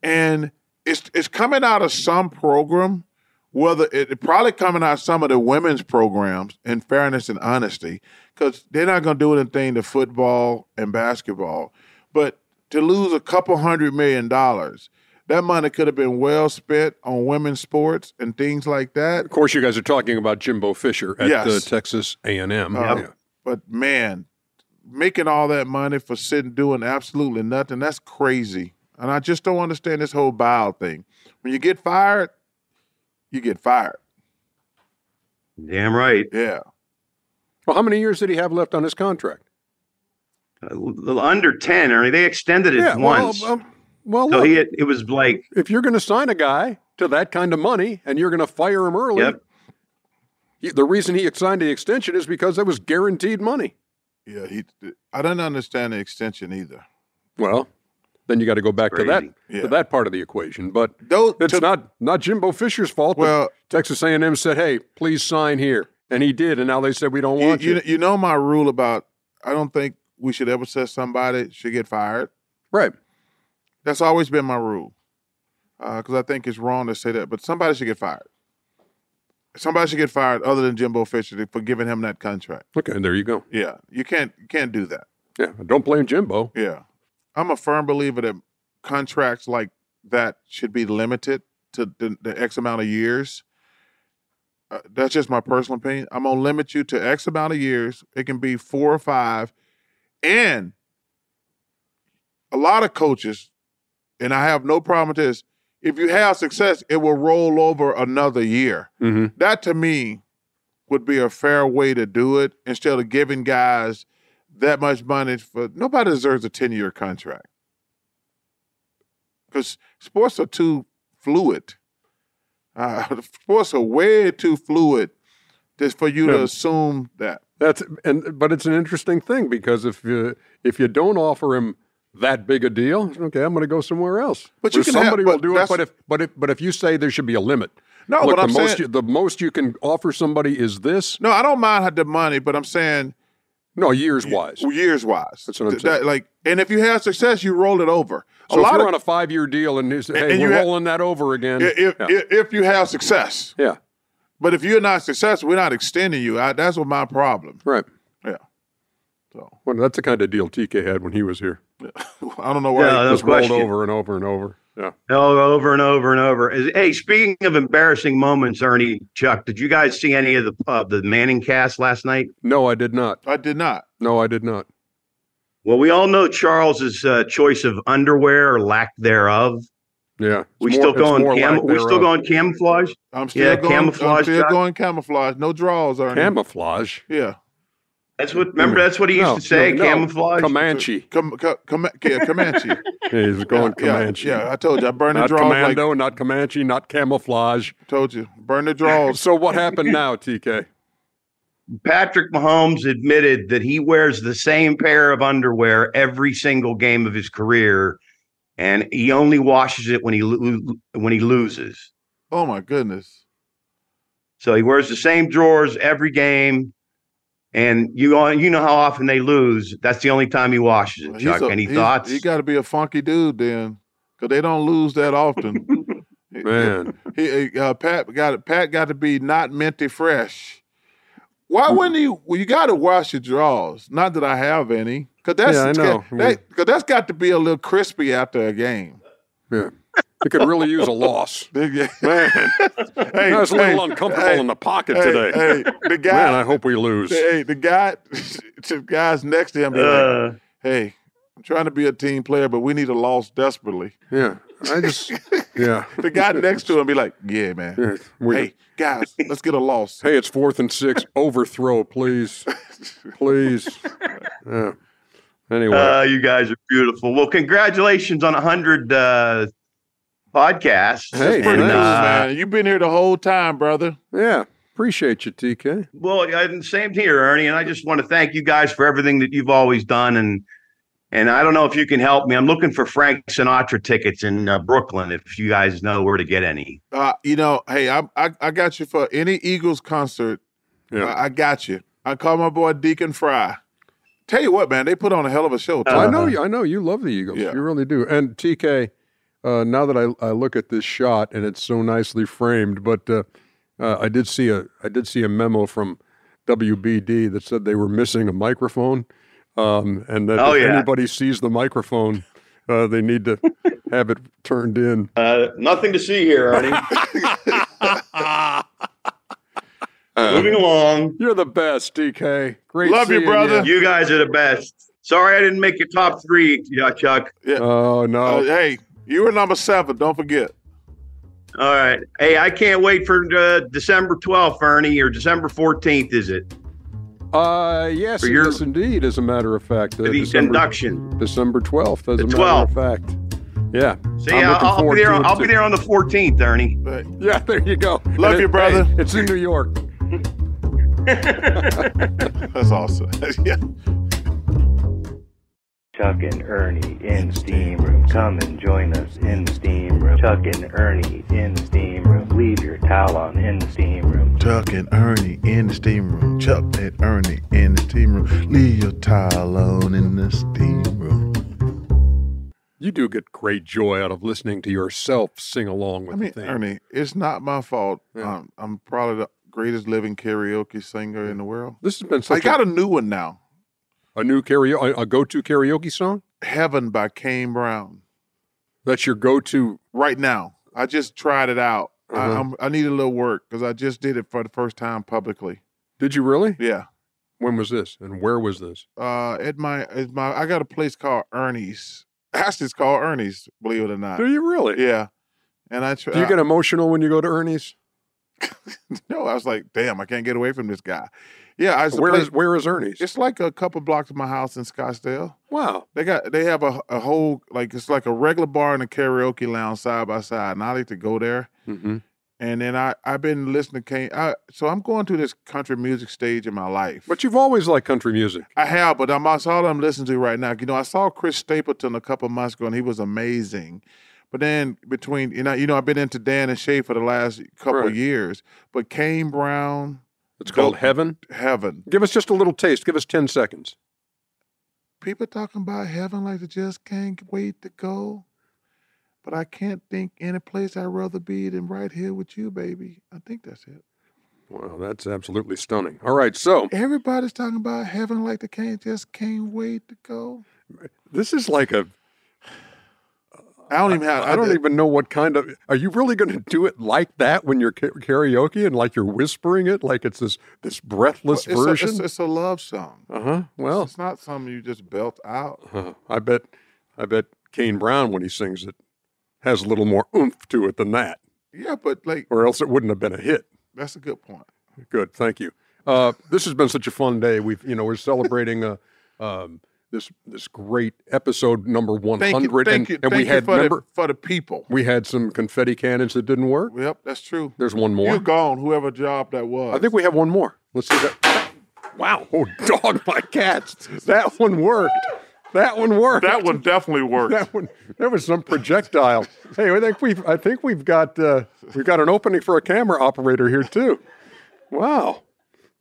S3: And it's it's coming out of some program whether it, it probably coming out some of the women's programs in fairness and honesty because they're not going to do anything to football and basketball but to lose a couple hundred million dollars that money could have been well spent on women's sports and things like that
S2: Of course, you guys are talking about Jimbo Fisher at
S3: Yes.
S2: the Texas A and M.
S3: Uh, but man making all that money for sitting doing absolutely nothing that's crazy and i just don't understand this whole buyout thing when you get fired you get fired
S4: Damn right.
S3: yeah
S2: Well, how many years did he have left on his contract?
S4: A little Uh, under 10, Ernie. They extended it once.
S2: Well, um, well
S4: so
S2: look,
S4: he, it was like,
S2: if you're going to sign a guy to that kind of money and you're going to fire him early,
S4: Yep.
S2: he- the reason he signed the extension is because that was guaranteed money.
S3: Yeah, he. I don't understand the extension either.
S2: Well, then you got to go back to that
S4: Crazy.
S3: Yeah.
S2: to that part of the equation. But
S3: Those
S2: it's
S3: to-
S2: not not Jimbo Fisher's fault. that
S3: Well-
S2: Texas A&M said, "Hey, please sign here," and he did. And now they said, "We don't
S3: you,
S2: want you."
S3: you, you know my rule about I don't think we should ever say somebody should get fired.
S2: Right.
S3: That's always been my rule because I think it's wrong to say that. But somebody should get fired. Somebody should get fired other than Jimbo Fisher for giving him that contract.
S2: Okay. There you go.
S3: Yeah, you can't you can't do that.
S2: Yeah. Don't blame Jimbo.
S3: Yeah. I'm a firm believer that contracts like that should be limited to the, the X amount of years. Uh, that's just my personal opinion. I'm going to limit you to X amount of years. It can be four or five. And a lot of coaches, and I have no problem with this, if you have success, it will roll over another year
S2: Mm-hmm.
S3: that to me would be a fair way to do it instead of giving guys that much money for nobody deserves a 10 year contract because sports are too fluid uh, sports are way too fluid just for you to
S2: Yeah.
S3: assume that
S2: That's and but it's an interesting thing because if you if you don't offer him that big a deal, okay, I'm going to go somewhere else.
S3: But you
S2: Or
S3: can have-
S2: somebody
S3: but
S2: will do it.
S3: that's-
S2: But if but if but if you say there should be a limit,
S3: No,
S2: Look,
S3: but I'm
S2: the most
S3: saying-
S2: you, the most you can offer somebody is this.
S3: no i don't mind the money but i'm saying
S2: No, years wise.
S3: years wise
S2: That's what I'm saying.
S3: like and if you have success you roll it over
S2: So if you're on a five year deal and you say, hey,
S3: and you
S2: we're
S3: ha-
S2: rolling that over again.
S3: if,
S2: yeah.
S3: if, if you have success
S2: Yeah,
S3: But if you're not successful, we're not extending you. I, that's what my problem.
S2: right.
S3: Yeah. So
S2: Well, that's the kind of deal TK had when he was here.
S3: I don't know why.
S4: Yeah,
S2: Just
S4: No
S2: rolled
S4: question.
S2: over and over and over. Yeah.
S4: oh, over and over and over. Is- Hey, speaking of embarrassing moments, Ernie, Chuck, did you guys see any of the, uh, the Manning cast last night?
S2: No, I did not.
S3: I did not.
S2: No, I did not.
S4: Well, we all know Charles's uh, choice of underwear or lack thereof.
S2: Yeah. It's
S4: We
S2: more-
S4: still
S2: it's
S4: going
S2: more uh,
S4: cam-
S2: lack
S4: we still
S2: thereof.
S4: going camouflage.
S3: I'm still
S4: Yeah,
S3: going
S4: camouflage,
S3: I'm still
S4: Doc.
S3: going camouflage. No draws or
S2: camouflage.
S3: Yeah.
S4: That's what. Remember, that's what he used
S2: No,
S4: to say.
S2: no, no.
S4: Camouflage.
S2: Comanche.
S3: Com- com- com- yeah, Comanche.
S2: He's going
S3: yeah,
S2: Comanche.
S3: Yeah, I told you. I burned the
S2: Not
S3: draws. Like,
S2: commando, not Comanche, not camouflage.
S3: told you. Burn the draws.
S2: So what happened now, TK?
S4: Patrick Mahomes admitted that he wears the same pair of underwear every single game of his career, and he only washes it when he lo- when he loses.
S3: Oh, my goodness.
S4: So he wears the same drawers every game, and you all- you know how often they lose. That's the only time he washes it,
S3: He's
S4: Chuck.
S3: a-
S4: Any
S3: he's-
S4: thoughts?
S3: He got to be a funky dude then, because they don't lose that often.
S2: Man,
S3: He uh, Pat got Pat got to be not minty fresh. Why
S2: Mm.
S3: wouldn't he? Well, you got to wash your drawers. Not that I have any, because that's
S2: Yeah, I know.
S3: that, cause that's got to be a little crispy after a game.
S2: yeah. it could really use a loss.
S3: Man,
S2: I was a little uncomfortable in the pocket today.
S3: Hey, the guy,
S2: Man, I hope we lose.
S3: the, hey, the guy, the guys next to him. be like,
S4: Uh,
S3: hey, I'm trying to be a team player, but we need a loss desperately.
S2: Yeah, I just yeah.
S3: The guy next to him be like, yeah, man.
S2: Yeah, we-
S3: Hey, guys, let's get a loss.
S2: hey, it's fourth and six. Overthrow, please, please. Yeah. Anyway,
S4: Uh, you guys are beautiful. Well, congratulations on 100 uh, podcasts.
S2: Hey,
S4: And,
S2: thanks.
S4: uh,
S3: man. You've been here the whole time, brother.
S2: yeah, appreciate you, TK.
S4: well, I- same here, Ernie. And I just want to thank you guys for everything that you've always done. And and I don't know if you can help me. I'm looking for Frank Sinatra tickets in uh, Brooklyn. If you guys know where to get any,
S3: Uh, you know, hey, I, I I got you for any Eagles concert.
S2: Yeah.
S3: I, I got you. I call my boy Deacon Fry. Tell you what, man, they put on a hell of a show. too.
S2: I know you. I know you love the Eagles.
S3: Uh-huh. Yeah.
S2: You really do. And TK, uh, now that I, I look at this shot and it's so nicely framed, but uh, uh, I did see a I did see a memo from WBD that said they were missing a microphone, um, and that
S4: Oh,
S2: if
S4: yeah.
S2: anybody sees the microphone, uh, they need to have it turned in.
S4: uh, nothing to see here, Ernie. Moving along.
S2: Um, You're the best, DK. Great.
S3: Love you,
S2: seeing
S3: brother.
S4: You guys are the best. Sorry I didn't make your top three, yeah, Chuck.
S2: Oh
S3: Uh,
S2: no.
S3: hey, you were number seven. Don't forget.
S4: All right. Hey, I can't wait for uh, December 12th, Ernie, or December 14th, is it?
S2: Uh, yes,
S4: For your-
S2: yes, indeed. As a matter of fact, uh,
S4: The
S2: December
S4: induction.
S2: December twelfth. As
S4: The
S2: a matter of fact, yeah.
S4: See,
S2: I'm
S4: I'll,
S2: looking
S4: I'll
S2: forward
S4: be there.
S2: to it,
S4: I'll
S2: too.
S4: be there on the 14th, Ernie.
S3: Hey,
S2: Yeah, there you go.
S3: Love
S2: And
S3: you,
S2: it-
S3: brother.
S2: hey, it's in New York.
S3: that's awesome. yeah.
S8: Chuck and Ernie in Steam Room. Come and join us in Steam Room. Chuck and Ernie in Steam Room. Leave your towel on in Steam Room.
S3: Chuck and Ernie in the steam room. Chuck and Ernie in the steam room. Leave your towel alone in the steam room.
S2: You do get great joy out of listening to yourself sing along with
S3: I mean,
S2: the thing.
S3: Ernie, it's not my fault. Um, I'm probably the greatest living karaoke singer in the world.
S2: This has been
S3: I
S2: such
S3: got a new one now.
S2: a, a new karaoke, a, a go-to karaoke song.
S3: Heaven by Kane Brown.
S2: That's your go-to.
S3: Right now, I just tried it out.
S2: Uh-huh.
S3: I, I'm, I need a little work because I just did it for the first time publicly.
S2: Did you really?
S3: Yeah.
S2: When was this? And where was this?
S3: Uh, at my, at my, I got a place called Ernie's. Actually, it's called Ernie's. Believe it or not.
S2: Do you really?
S3: Uh, Yeah. uh, And I, tr-
S2: Do you get emotional when you go to Ernie's?
S3: I- no, I was like, damn, I can't get away from this guy. Yeah, I. it's a
S2: Where
S3: place-
S2: is where is Ernie's?
S3: It's like a couple blocks of my house in Scottsdale.
S2: wow.
S3: They got they have a, a whole like it's like a regular bar and a karaoke lounge side by side, and I like to go there.
S2: Mm-hmm.
S3: And then I I've been listening to Kane. I, so I'm going through this country music stage in my life.
S2: But you've always liked country music.
S3: I have, but I'm that's all I'm listening to right now. You know, I saw Chris Stapleton a couple months ago, and he was amazing. But then between you know you know I've been into Dan and Shay for the last couple
S2: Right.
S3: years, but Kane Brown
S2: It's called
S3: Nope.
S2: Heaven.
S3: Heaven.
S2: Give us just a little taste. Give us ten seconds.
S3: People talking about heaven like they just can't wait to go. But I can't think any place I'd rather be than right here with you, baby. I think that's it.
S2: Wow, that's absolutely stunning. All right, so
S3: Everybody's talking about heaven like they can't just can't wait to go.
S2: this is like a
S3: I don't even have.
S2: I don't even know what kind of. Are you really going to do it like that when you're ka- karaoke and like you're whispering it, like it's this this breathless
S3: It's a, it's,
S2: version?
S3: it's a love song.
S2: Uh huh. Well,
S3: It's not something you just belt out.
S2: uh, I bet, I bet Kane Brown when he sings it has a little more oomph to it than that,
S3: Yeah, but like
S2: or else it wouldn't have been a hit.
S3: that's a good point.
S2: Good, thank you. Uh, this has been such a fun day. We've you know we're celebrating uh, um, this this great episode number one
S3: Thank you,
S2: hundred,
S3: thank
S2: and,
S3: you,
S2: and
S3: thank
S2: we
S3: you
S2: had
S3: for,
S2: remember
S3: the, for the people.
S2: we had some confetti cannons that didn't work.
S3: Yep, that's true.
S2: There's one more.
S3: You're gone. Whoever job that was.
S2: I think we have one more. Let's see that. Wow! Oh, dog my cats. That one worked. That one worked.
S3: that one definitely worked.
S2: That one. There was some projectile. hey, I think we've. I think we've got. Uh, we've got an opening for a camera operator here too. Wow,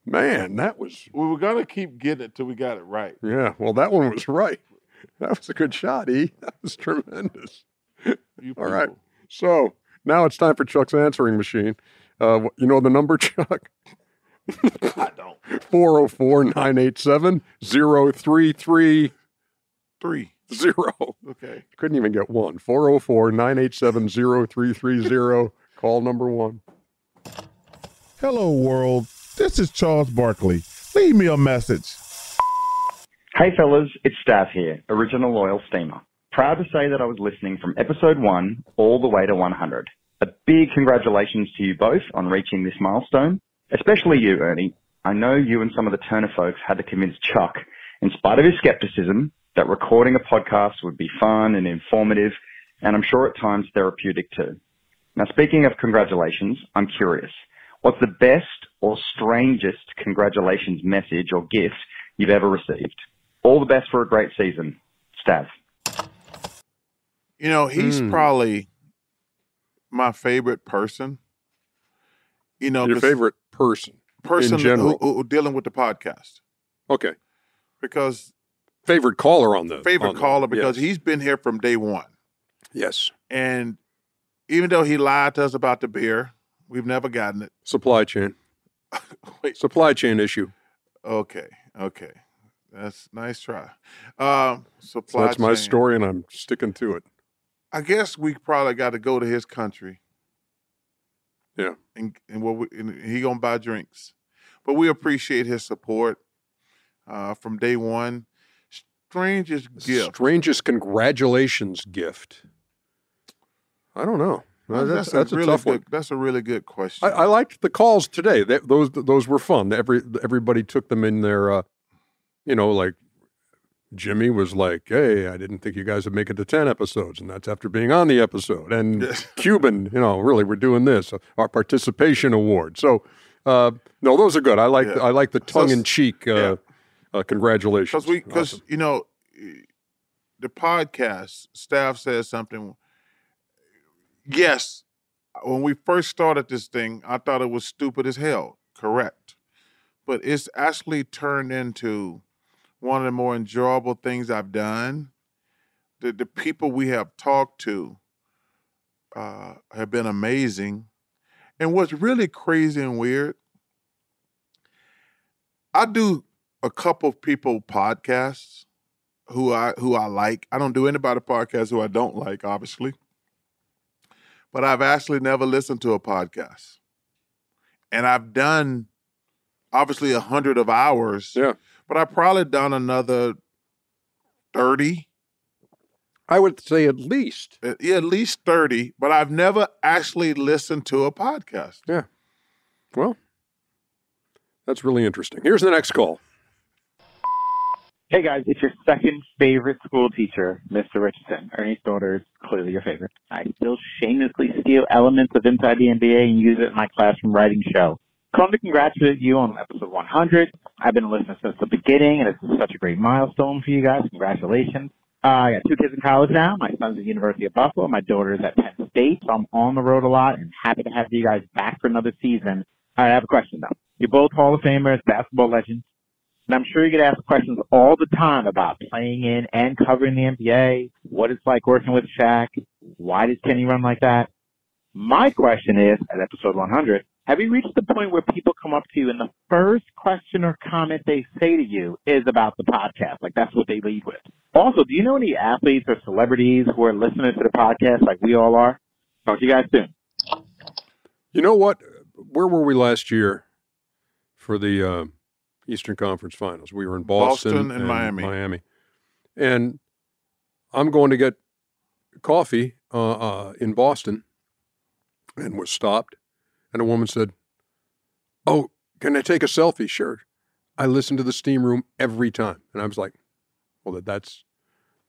S2: man, that was.
S3: we were gonna keep getting it till we got it right.
S2: Yeah. Well, that one was right. That was a good shot, E. That was tremendous.
S3: You
S2: All right.
S3: people.
S2: So now it's time for Chuck's answering machine. Uh, wh- you know the number, Chuck?
S3: I don't.
S2: 404 987 0330.
S3: Three. Okay.
S2: Couldn't even get one. 404 987 0330. Call number one.
S9: Hello, world. This is Charles Barkley. Leave me a message.
S5: Hey fellas, it's Stav here, original loyal steamer. Proud to say that I was listening from episode 1 all the way to 100. A big congratulations to you both on reaching this milestone, especially you, Ernie. I know you and some of the Turner folks had to convince Chuck, in spite of his skepticism, that recording a podcast would be fun and informative, and I'm sure at times therapeutic too. Now speaking of congratulations, I'm curious. What's the best or strangest congratulations message or gift you've ever received? All the best for a great season. Stav.
S3: You know, he's
S2: Hmm.
S3: probably my favorite person. You know,
S2: Your
S3: 'cause
S2: favorite person.
S3: person
S2: general.
S3: who, who, who dealing with the podcast
S2: Okay.
S3: because
S2: Favorite caller on the on
S3: favorite
S2: the-
S3: caller because
S2: yes.
S3: he's been here from day one.
S2: Yes.
S3: And even though he lied to us about the beer, we've never gotten it.
S2: Supply chain.
S3: Wait.
S2: Supply chain issue.
S3: Okay, okay, that's nice try. Um,
S2: So
S3: supply
S2: that's my
S3: chain.
S2: story, and I'm sticking to it.
S3: I guess we probably got to go to his country.
S2: Yeah.
S3: and and what we, and he gonna buy drinks, but we appreciate his support uh, from day one. Strangest gift.
S2: Strangest congratulations gift. I don't know. That's, that's, a,
S3: really
S2: tough
S3: good,
S2: one.
S3: That's a really good question.
S2: I, I liked the calls today. That, those those were fun. Every everybody took them in their, uh, you know, like Jimmy was like, "Hey, I didn't think you guys would make it to ten episodes," and that's after being on the episode. And
S3: Yes.
S2: Cuban, you know, really, we're doing this uh, our participation award. So, uh, no, those are good. I like
S3: Yeah.
S2: I like the tongue in cheek. Uh,
S3: yeah.
S2: uh, congratulations.
S3: because we because
S2: Awesome.
S3: you know the podcast staff says something yes when we first started this thing i thought it was stupid as hell correct but it's actually turned into one of the more enjoyable things i've done the, the people we have talked to uh, have been amazing and what's really crazy and weird i do a couple of people podcasts who I who I like. I don't do anybody podcast who I don't like, obviously. But I've actually never listened to a podcast. And I've done obviously a hundred of hours.
S2: Yeah.
S3: But I've probably done another 30.
S2: I would say at least
S3: uh, Yeah, at least 30. But I've never actually listened to a podcast.
S2: Well, that's really interesting. Here's the next call.
S5: Hey guys, it's your second favorite school teacher, Mr. Richardson. Ernie's daughter is clearly your favorite. I still shamelessly steal elements of Inside the NBA and use it in my classroom writing show. Come to congratulate you on episode 100. I've been a listener since the beginning, and it's such a great milestone for you guys. Congratulations. Uh, I got two kids in college now. My son's at the University of Buffalo. My daughter is at Penn State. So I'm on the road a lot and happy to have you guys back for another season. I have a question though. You're both Hall of Famers, basketball legends. And I'm sure you get asked questions all the time about playing in and covering the NBA, what it's like working with Shaq, why does Kenny run like that? My question is, at episode 100, have you reached the point where people come up to you and the first question or comment they say to you is about the podcast? Like that's what they lead with. Also, do you know any athletes or celebrities who are listeners to the podcast like we all are? Talk to you guys soon.
S2: You know what? Where were we last year for the uh, Eastern Conference Finals? We were in Boston,
S3: Boston and Miami.
S2: Miami, and I'm going to get coffee uh, uh, in Boston, and was stopped, and a woman said, "Oh, can I take a selfie? Sure. I listened to the steam room every time. And I was like, well, that, that's,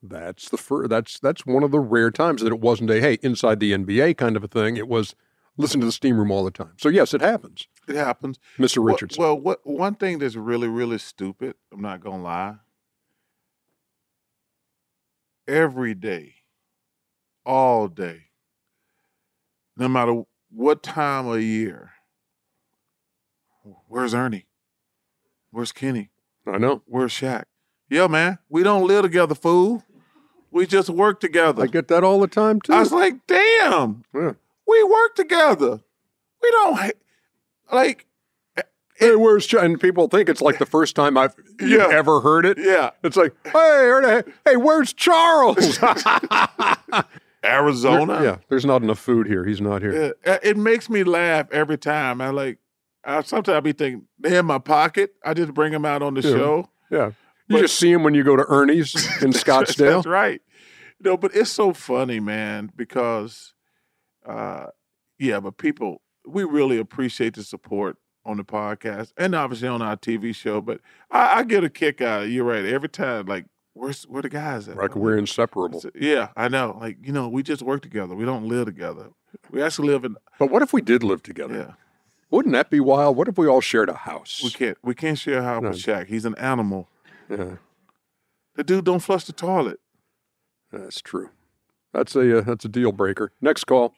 S2: that's the fir- that's, that's one of the rare times that it wasn't a, hey, inside the NBA kind of a thing. It was listen to the steam room all the time. So yes, it happens.
S3: It happens.
S2: Mr.
S3: Well-
S2: Richardson.
S3: Well, what one thing that's really, really stupid, I'm not gonna lie. Every day, all day, no matter what time of year, where's Ernie? Where's Kenny?
S2: I know.
S3: Where's Shaq? Yeah, man. We don't live together, fool. We just work together. I
S2: get that all the time too.
S3: I was like, damn. We work together. We don't ha- like.
S2: Hey, where's Ch-? and people think it's like the first time I've you've
S3: Yeah.
S2: ever heard it.
S3: Yeah,
S2: it's like, hey, Ernie, hey, where's Charles?
S3: Arizona.
S2: There- yeah, there's not enough food here. He's not here.
S3: Yeah, uh, it makes me laugh every time. I like, I sometimes I be thinking they in my pocket. I just bring them out on the
S2: Yeah.
S3: show.
S2: Yeah. You just see him when you go to Ernie's in
S3: That's-
S2: Scottsdale.
S3: That's right. No, but it's so funny, man, because, uh, yeah, but people, we really appreciate the support on the podcast and obviously on our TV show. But I, I get a kick out of you're right every time. Like, where's where the guys at?
S2: Like we're inseparable.
S3: Yeah, I know. Like, you know, we just work together. We don't live together. We actually live in.
S2: But what if we did live together?
S3: Yeah.
S2: Wouldn't that be wild? What if we all shared a house?
S3: We can't. We can't share a house with Shaq. He's an animal.
S2: Yeah,
S3: The dude don't flush the toilet.
S2: that's true. That's a uh, that's a deal breaker. Next call.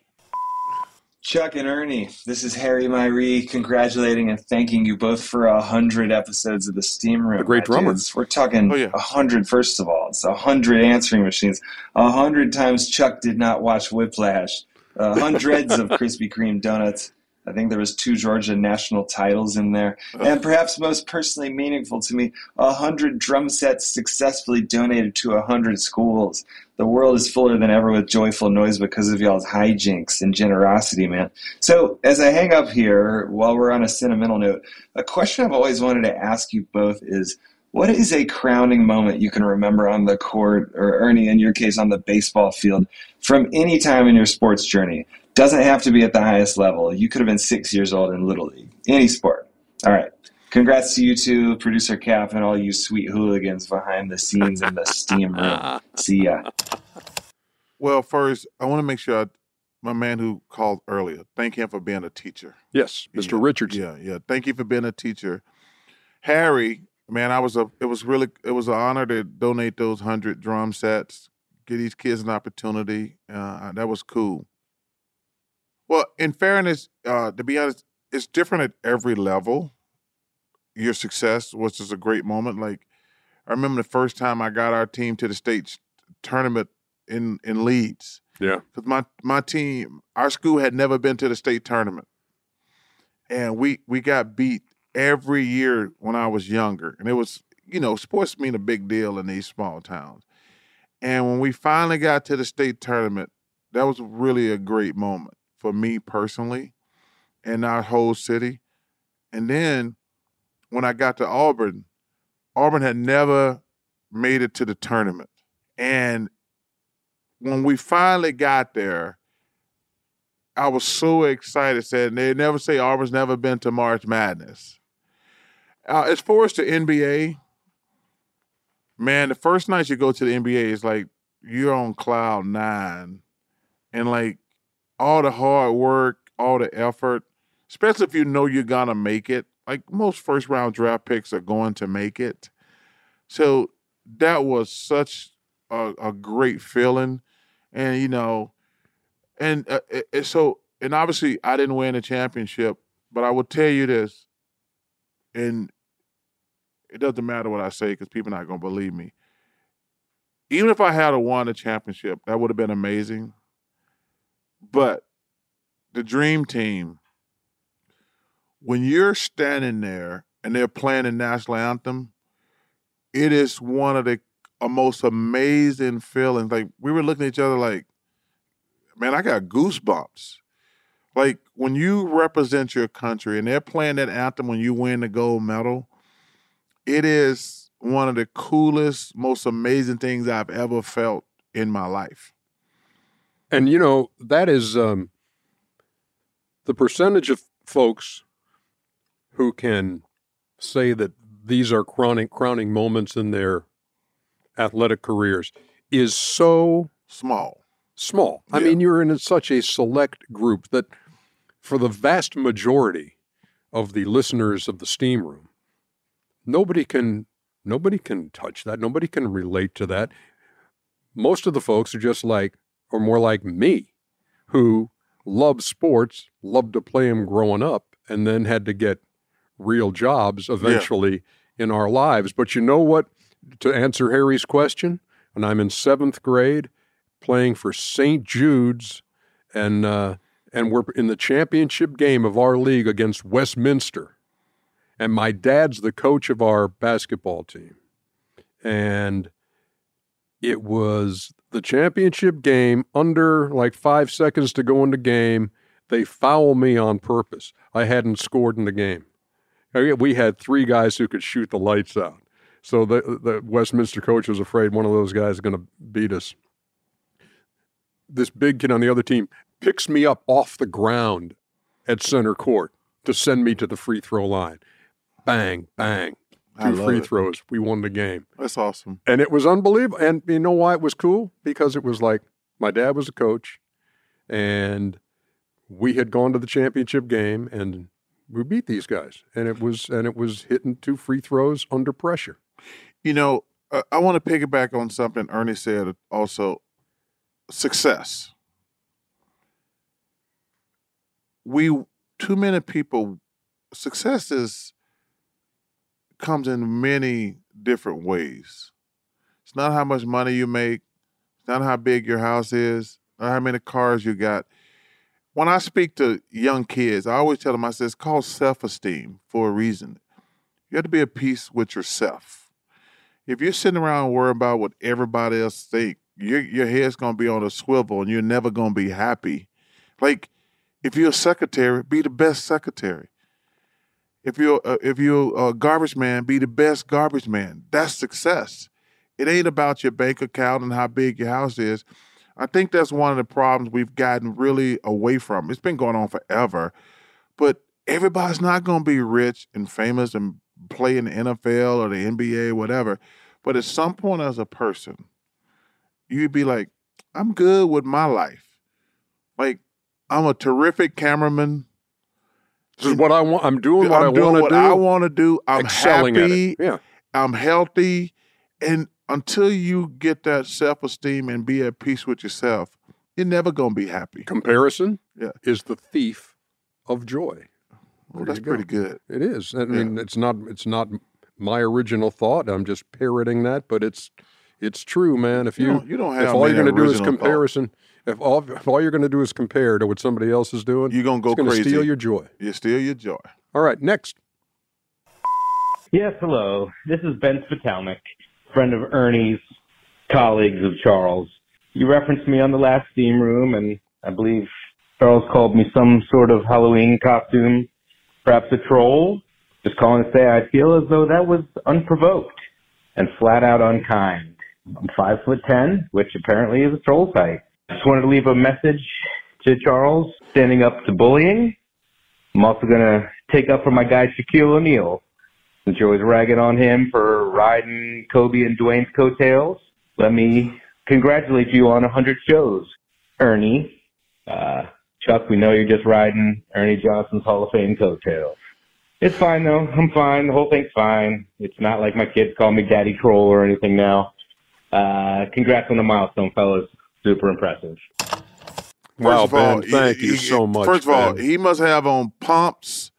S10: Chuck and Ernie, this is Harry Myrie congratulating and thanking you both for a hundred episodes of the Steam Room.
S2: A great Oh,
S10: my
S2: drummer.
S10: dudes. We're talking a hundred. First of all, it's a hundred answering machines. A hundred times Chuck did not watch Whiplash. Uh, hundreds of Krispy Kreme donuts. I think there was two Georgia national titles in there, and perhaps most personally meaningful to me, a hundred drum sets successfully donated to a hundred schools. The world is fuller than ever with joyful noise because of y'all's hijinks and generosity, man. So as I hang up here, while we're on a sentimental note, a question I've always wanted to ask you both is. What is a crowning moment you can remember on the court, or Ernie, in your case, on the baseball field, from any time in your sports journey? Doesn't have to be at the highest level. You could have been six years old in Little League, any sport. All right. Congrats to you two, producer Cap, and all you sweet hooligans behind the scenes in the steam room. See ya.
S3: Well, first, I want to make sure I, my man who called earlier, thank him for being a teacher.
S2: Yes, Mr. Richardson.
S3: Yeah, yeah. Thank you for being a teacher, Harry. Man, I was a. It was really. It was an honor to donate those hundred drum sets. Give these kids an opportunity. Uh, that was cool. Well, in fairness, uh, to be honest, it's different at every level. Your success was just a great moment. Like I remember the first time I got our team to the state tournament in in Leeds
S2: Yeah.
S3: because my my team, our school had never been to the state tournament, and we we got beat every year when I was younger, and it was you know sports mean a big deal in these small towns, and when we finally got to the state tournament, that was really a great moment for me personally, and our whole city, and then when I got to Auburn, Auburn had never made it to the tournament, and when we finally got there, I was so excited. Said they never say Auburn's never been to March Madness. Uh, as far as the NBA, man, the first night you go to the NBA is like you're on cloud nine, and like all the hard work, all the effort, especially if you know you're gonna make it. Like most first round draft picks are going to make it. So that was such a, a great feeling, and you know, and uh, it- it- so and obviously I didn't win a championship, but I will tell you this, and it doesn't matter what I say because people are not gonna believe me. Even if I had a won a championship, that would have been amazing. But the dream team, when you're standing there and they're playing the national anthem, it is one of the a most amazing feelings. Like we were looking at each other like, man, I got goosebumps. Like when you represent your country and they're playing that anthem when you win the gold medal, it is one of the coolest, most amazing things I've ever felt in my life.
S2: And you know that is um, the percentage of folks who can say that these are crowning crowning moments in their athletic careers is so
S3: small.
S2: Small. I mean, you're in such a select group that for the vast majority of the listeners of the steam room, nobody can nobody can touch that. Nobody can relate to that. Most of the folks are just like or more like me, who loved sports, loved to play them growing up, and then had to get real jobs eventually in our lives. But you know what? To answer Harry's question, when I'm in seventh grade, playing for St. Jude's, and uh, and we're in the championship game of our league against Westminster, and my dad's the coach of our basketball team, and it was the championship game under like five seconds to go in the game. They foul me on purpose. I hadn't scored in the game. I mean, We had three guys who could shoot the lights out. So the, the Westminster coach was afraid one of those guys is going to beat us. This big kid on the other team picks me up off the ground at center court to send me to the free throw line. Bang, bang.
S3: I
S2: Two
S3: love
S2: free
S3: it.
S2: throws. We won the game.
S3: That's awesome.
S2: And it was unbelievable. And you know why it was cool? Because it was like my dad was a coach and we had gone to the championship game and we beat these guys. And it was and it was hitting two free throws under pressure.
S3: You know, uh, I want to piggyback on something Ernie said also success. We, too many people, success is, comes in many different ways. It's not how much money you make, it's not how big your house is, not how many cars you got. When I speak to young kids, I always tell them, I say, it's called self esteem for a reason. You have to be at peace with yourself if you're sitting around worrying about what everybody else think, your your head's gonna be on a swivel and you're never gonna be happy. Like if you're a secretary, be the best secretary. If you're uh, if you're a garbage man, be the best garbage man. That's success. It ain't about your bank account and how big your house is. I think that's one of the problems we've gotten really away from. It's been going on forever, but everybody's not going to be rich and famous and play in the NFL or the NBA, whatever. But at some point, as a person, you'd be like, I'm good with my life. Like, I'm a terrific cameraman.
S2: This is what I want. I'm doing what I
S3: I'm doing
S2: wanna
S3: what
S2: do.
S3: I want to do. I'm
S2: Excelling at it.
S3: happy.
S2: Yeah.
S3: I'm healthy. And until you get that self esteem and be at peace with yourself, you're never going to be happy.
S2: Comparison
S3: Yeah.
S2: is the thief of joy. There
S3: Well, that's
S2: you go.
S3: pretty good.
S2: It is. I mean, it's not it's not my original thought. I'm just parroting that, but it's it's true, man. If
S3: You
S2: you
S3: don't- you don't
S2: if
S3: have
S2: all you're
S3: many
S2: going to do is
S3: original thoughts.
S2: comparison, if all if all you're going to do is compare to what somebody else is doing,
S3: You're going to go
S2: it's gonna
S3: crazy.
S2: Steal your joy.
S3: You steal your joy.
S2: All right, next.
S7: Yes, hello. This is Ben Spitalnik, friend of Ernie's, colleagues of Charles. You referenced me on the last steam room, and I believe Charles called me some sort of Halloween costume, perhaps a troll. Just calling to say I feel as though that was unprovoked and flat out unkind. I'm five foot ten, which apparently is a troll's height. Just wanted to leave a message to Charles, standing up to bullying. I'm also gonna take up for my guy Shaquille O'Neal, since you're always ragging on him for riding Kobe and Dwayne's coattails, let me congratulate you on 100 shows, Ernie. Uh, Chuck, we know you're just riding Ernie Johnson's Hall of Fame coattails. It's fine though. I'm fine. The whole thing's fine. It's not like my kids call me Daddy Troll or anything now. Uh, congrats on the milestone, fellas. Super impressive.
S3: First of all, he- he- First of all, he must have on pumps,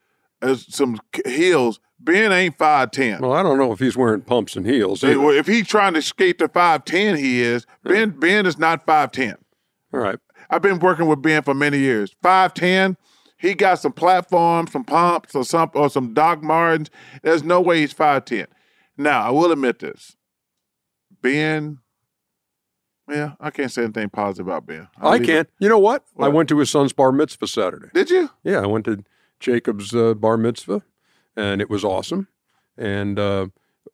S3: uh, some k- heels. Ben ain't five ten.
S2: Well, Oh, I don't know if he's wearing pumps and heels. either.
S3: if he's trying to skate to five ten, he is. Ben Ben is not five ten.
S2: All right.
S3: I've been working with Ben for many years. Five ten. He got some platforms, some pumps, or some or some Doc Martens. There's no way he's five ten. Now I will admit this. Ben, yeah, I can't say anything positive about Ben. I'll
S2: I
S3: leave it.
S2: can't. You know what? I
S3: What?
S2: went to his son's bar mitzvah Saturday.
S3: Did you?
S2: Yeah, I went to Jacob's uh, bar mitzvah, and it was awesome, and uh,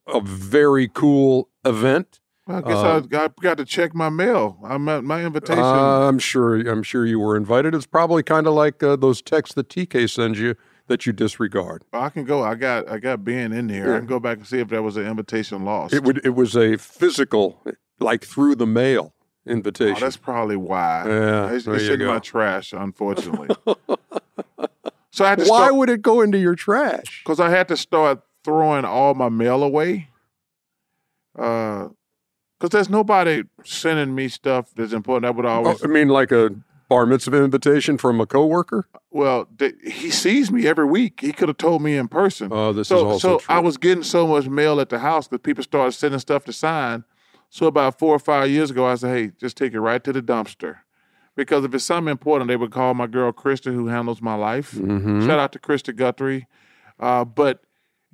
S2: a very cool event.
S3: Well, I guess
S2: Uh,
S3: I, I got to check my mail. I'm at my invitation.
S2: Uh, I'm sure. I'm sure you were invited. It's probably kind of like uh, those texts that TK sends you that you disregard.
S3: I can go. I got I got Ben in there.
S2: Yeah.
S3: I can go back and see if that was an invitation lost.
S2: It would. It was a physical, like through the mail invitation.
S3: Oh, that's probably why.
S2: Yeah,
S3: it's,
S2: there
S3: it's
S2: you
S3: in
S2: go.
S3: my trash, unfortunately. so I had to
S2: Why
S3: start
S2: would it go into your trash?
S3: because I had to start throwing all my mail away. Because there's nobody sending me stuff that's important. That would
S2: Oh,
S3: always
S2: I mean, like a bar mitzvah invitation from a coworker.
S3: Well, th- he sees me every week. He could have told me in person.
S2: Oh, this
S3: so,
S2: is also
S3: so
S2: true.
S3: I was getting so much mail at the house that people started sending stuff to sign. So about four or five years ago, I said, "Hey, just take it right to the dumpster," because if it's something important, they would call my girl Krista, who handles my life.
S2: Mhm.
S3: Shout out to Krista Guthrie. Uh, but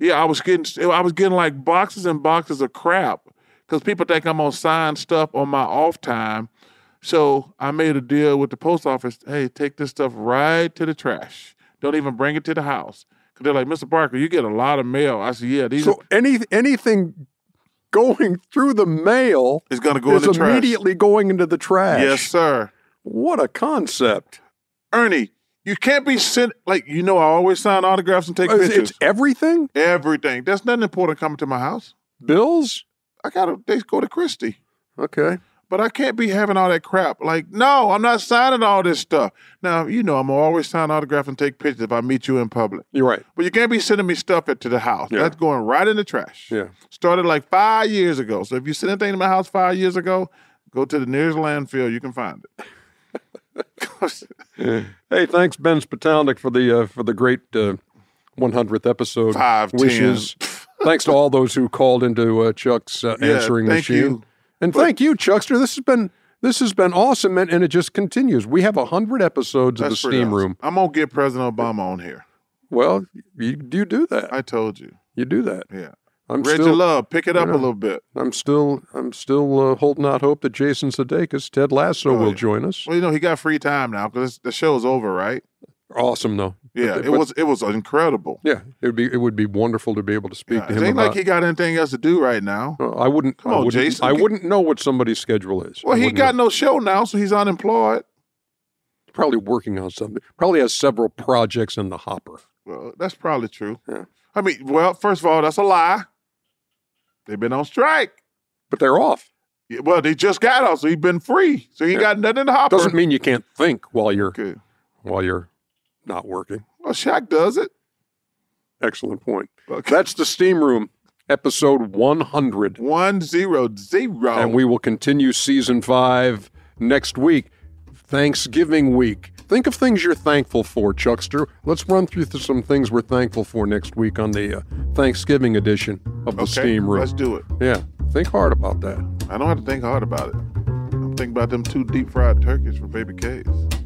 S3: yeah, I was getting I was getting like boxes and boxes of crap because people think I'm gonna sign stuff on my off time. So I made a deal with the post office. Hey, take this stuff right to the trash. Don't even bring it to the house. Cause they're like, Mr. Barker, you get a lot of mail. I said, yeah, these.
S2: So any anything going through the mail
S3: is going to go in
S2: is
S3: the trash.
S2: immediately going into the trash.
S3: Yes, sir.
S2: What a concept,
S3: Ernie. You can't be sent like you know. I always sign autographs and take
S2: It's-
S3: pictures.
S2: it's everything.
S3: Everything. There's nothing important coming to my house.
S2: Bills.
S3: I gotta. They go to Christie.
S2: Okay.
S3: but I can't be having all that crap. Like, no, I'm not signing all this stuff. Now, you know, I'm gonna always sign autograph and take pictures if I meet you in public.
S2: You're right.
S3: But you can't be sending me stuff at to the house.
S2: Yeah.
S3: That's going right in the trash.
S2: Yeah.
S3: Started like five years ago. So if you send anything to my house five years ago, go to the nearest landfill. You can find it.
S2: hey, thanks Ben Spatalnik for the uh, for the great uh, 100th episode.
S3: Five, ten.
S2: wishes. thanks to all those who called into uh, Chuck's uh,
S3: Yeah,
S2: answering
S3: thank
S2: machine.
S3: you.
S2: And thank you, Chuckster. This has been this has been awesome, and, and it just continues. We have hundred episodes of the
S3: That's pretty
S2: Steam
S3: awesome.
S2: Room.
S3: I'm gonna get President Obama on here.
S2: Well, you, you do that.
S3: I told you.
S2: You do that.
S3: Yeah.
S2: I'm
S3: Reggie
S2: still,
S3: Love, pick it up
S2: Yeah.
S3: a little bit.
S2: I'm still I'm still uh, holding out hope that Jason Sudeikis, Ted
S3: Oh,
S2: Lasso, will join us.
S3: Well, you know, he got free time now because the show's over, right?
S2: Awesome, though.
S3: Yeah,
S2: But-
S3: it
S2: but-
S3: was it was incredible.
S2: Yeah, it would be it would be wonderful to be able to speak to
S3: It
S2: him
S3: ain't
S2: about.
S3: like he got anything else to do right now.
S2: Uh, I wouldn't.
S3: Come
S2: I
S3: on,
S2: wouldn't,
S3: Jason.
S2: I wouldn't know what somebody's schedule is.
S3: Well,
S2: I
S3: he
S2: wouldn't
S3: got no show now, so he's unemployed.
S2: know. probably working on something. Probably has several projects in the hopper.
S3: Well, that's probably true. I mean, well, first of all, that's a lie. They've been on strike.
S2: But they're off.
S3: Yeah, well, they just got off, so he's been free. So he
S2: Yeah.
S3: got nothing in the hopper.
S2: Doesn't mean you can't think while you're
S3: Good.
S2: while you're not working.
S3: well, Shaq does it.
S2: Excellent point. That's the steam room episode 100.
S3: One zero zero.
S2: And we will continue season five next week, Thanksgiving week. Think of things you're thankful for, Chuckster. Let's run through th- some things we're thankful for next week on the uh, Thanksgiving edition of the
S3: Okay,
S2: Steam Room.
S3: let's do it.
S2: Yeah, think hard about that.
S3: I don't have to think hard about it. I'm thinking about them two deep fried turkeys for baby K's.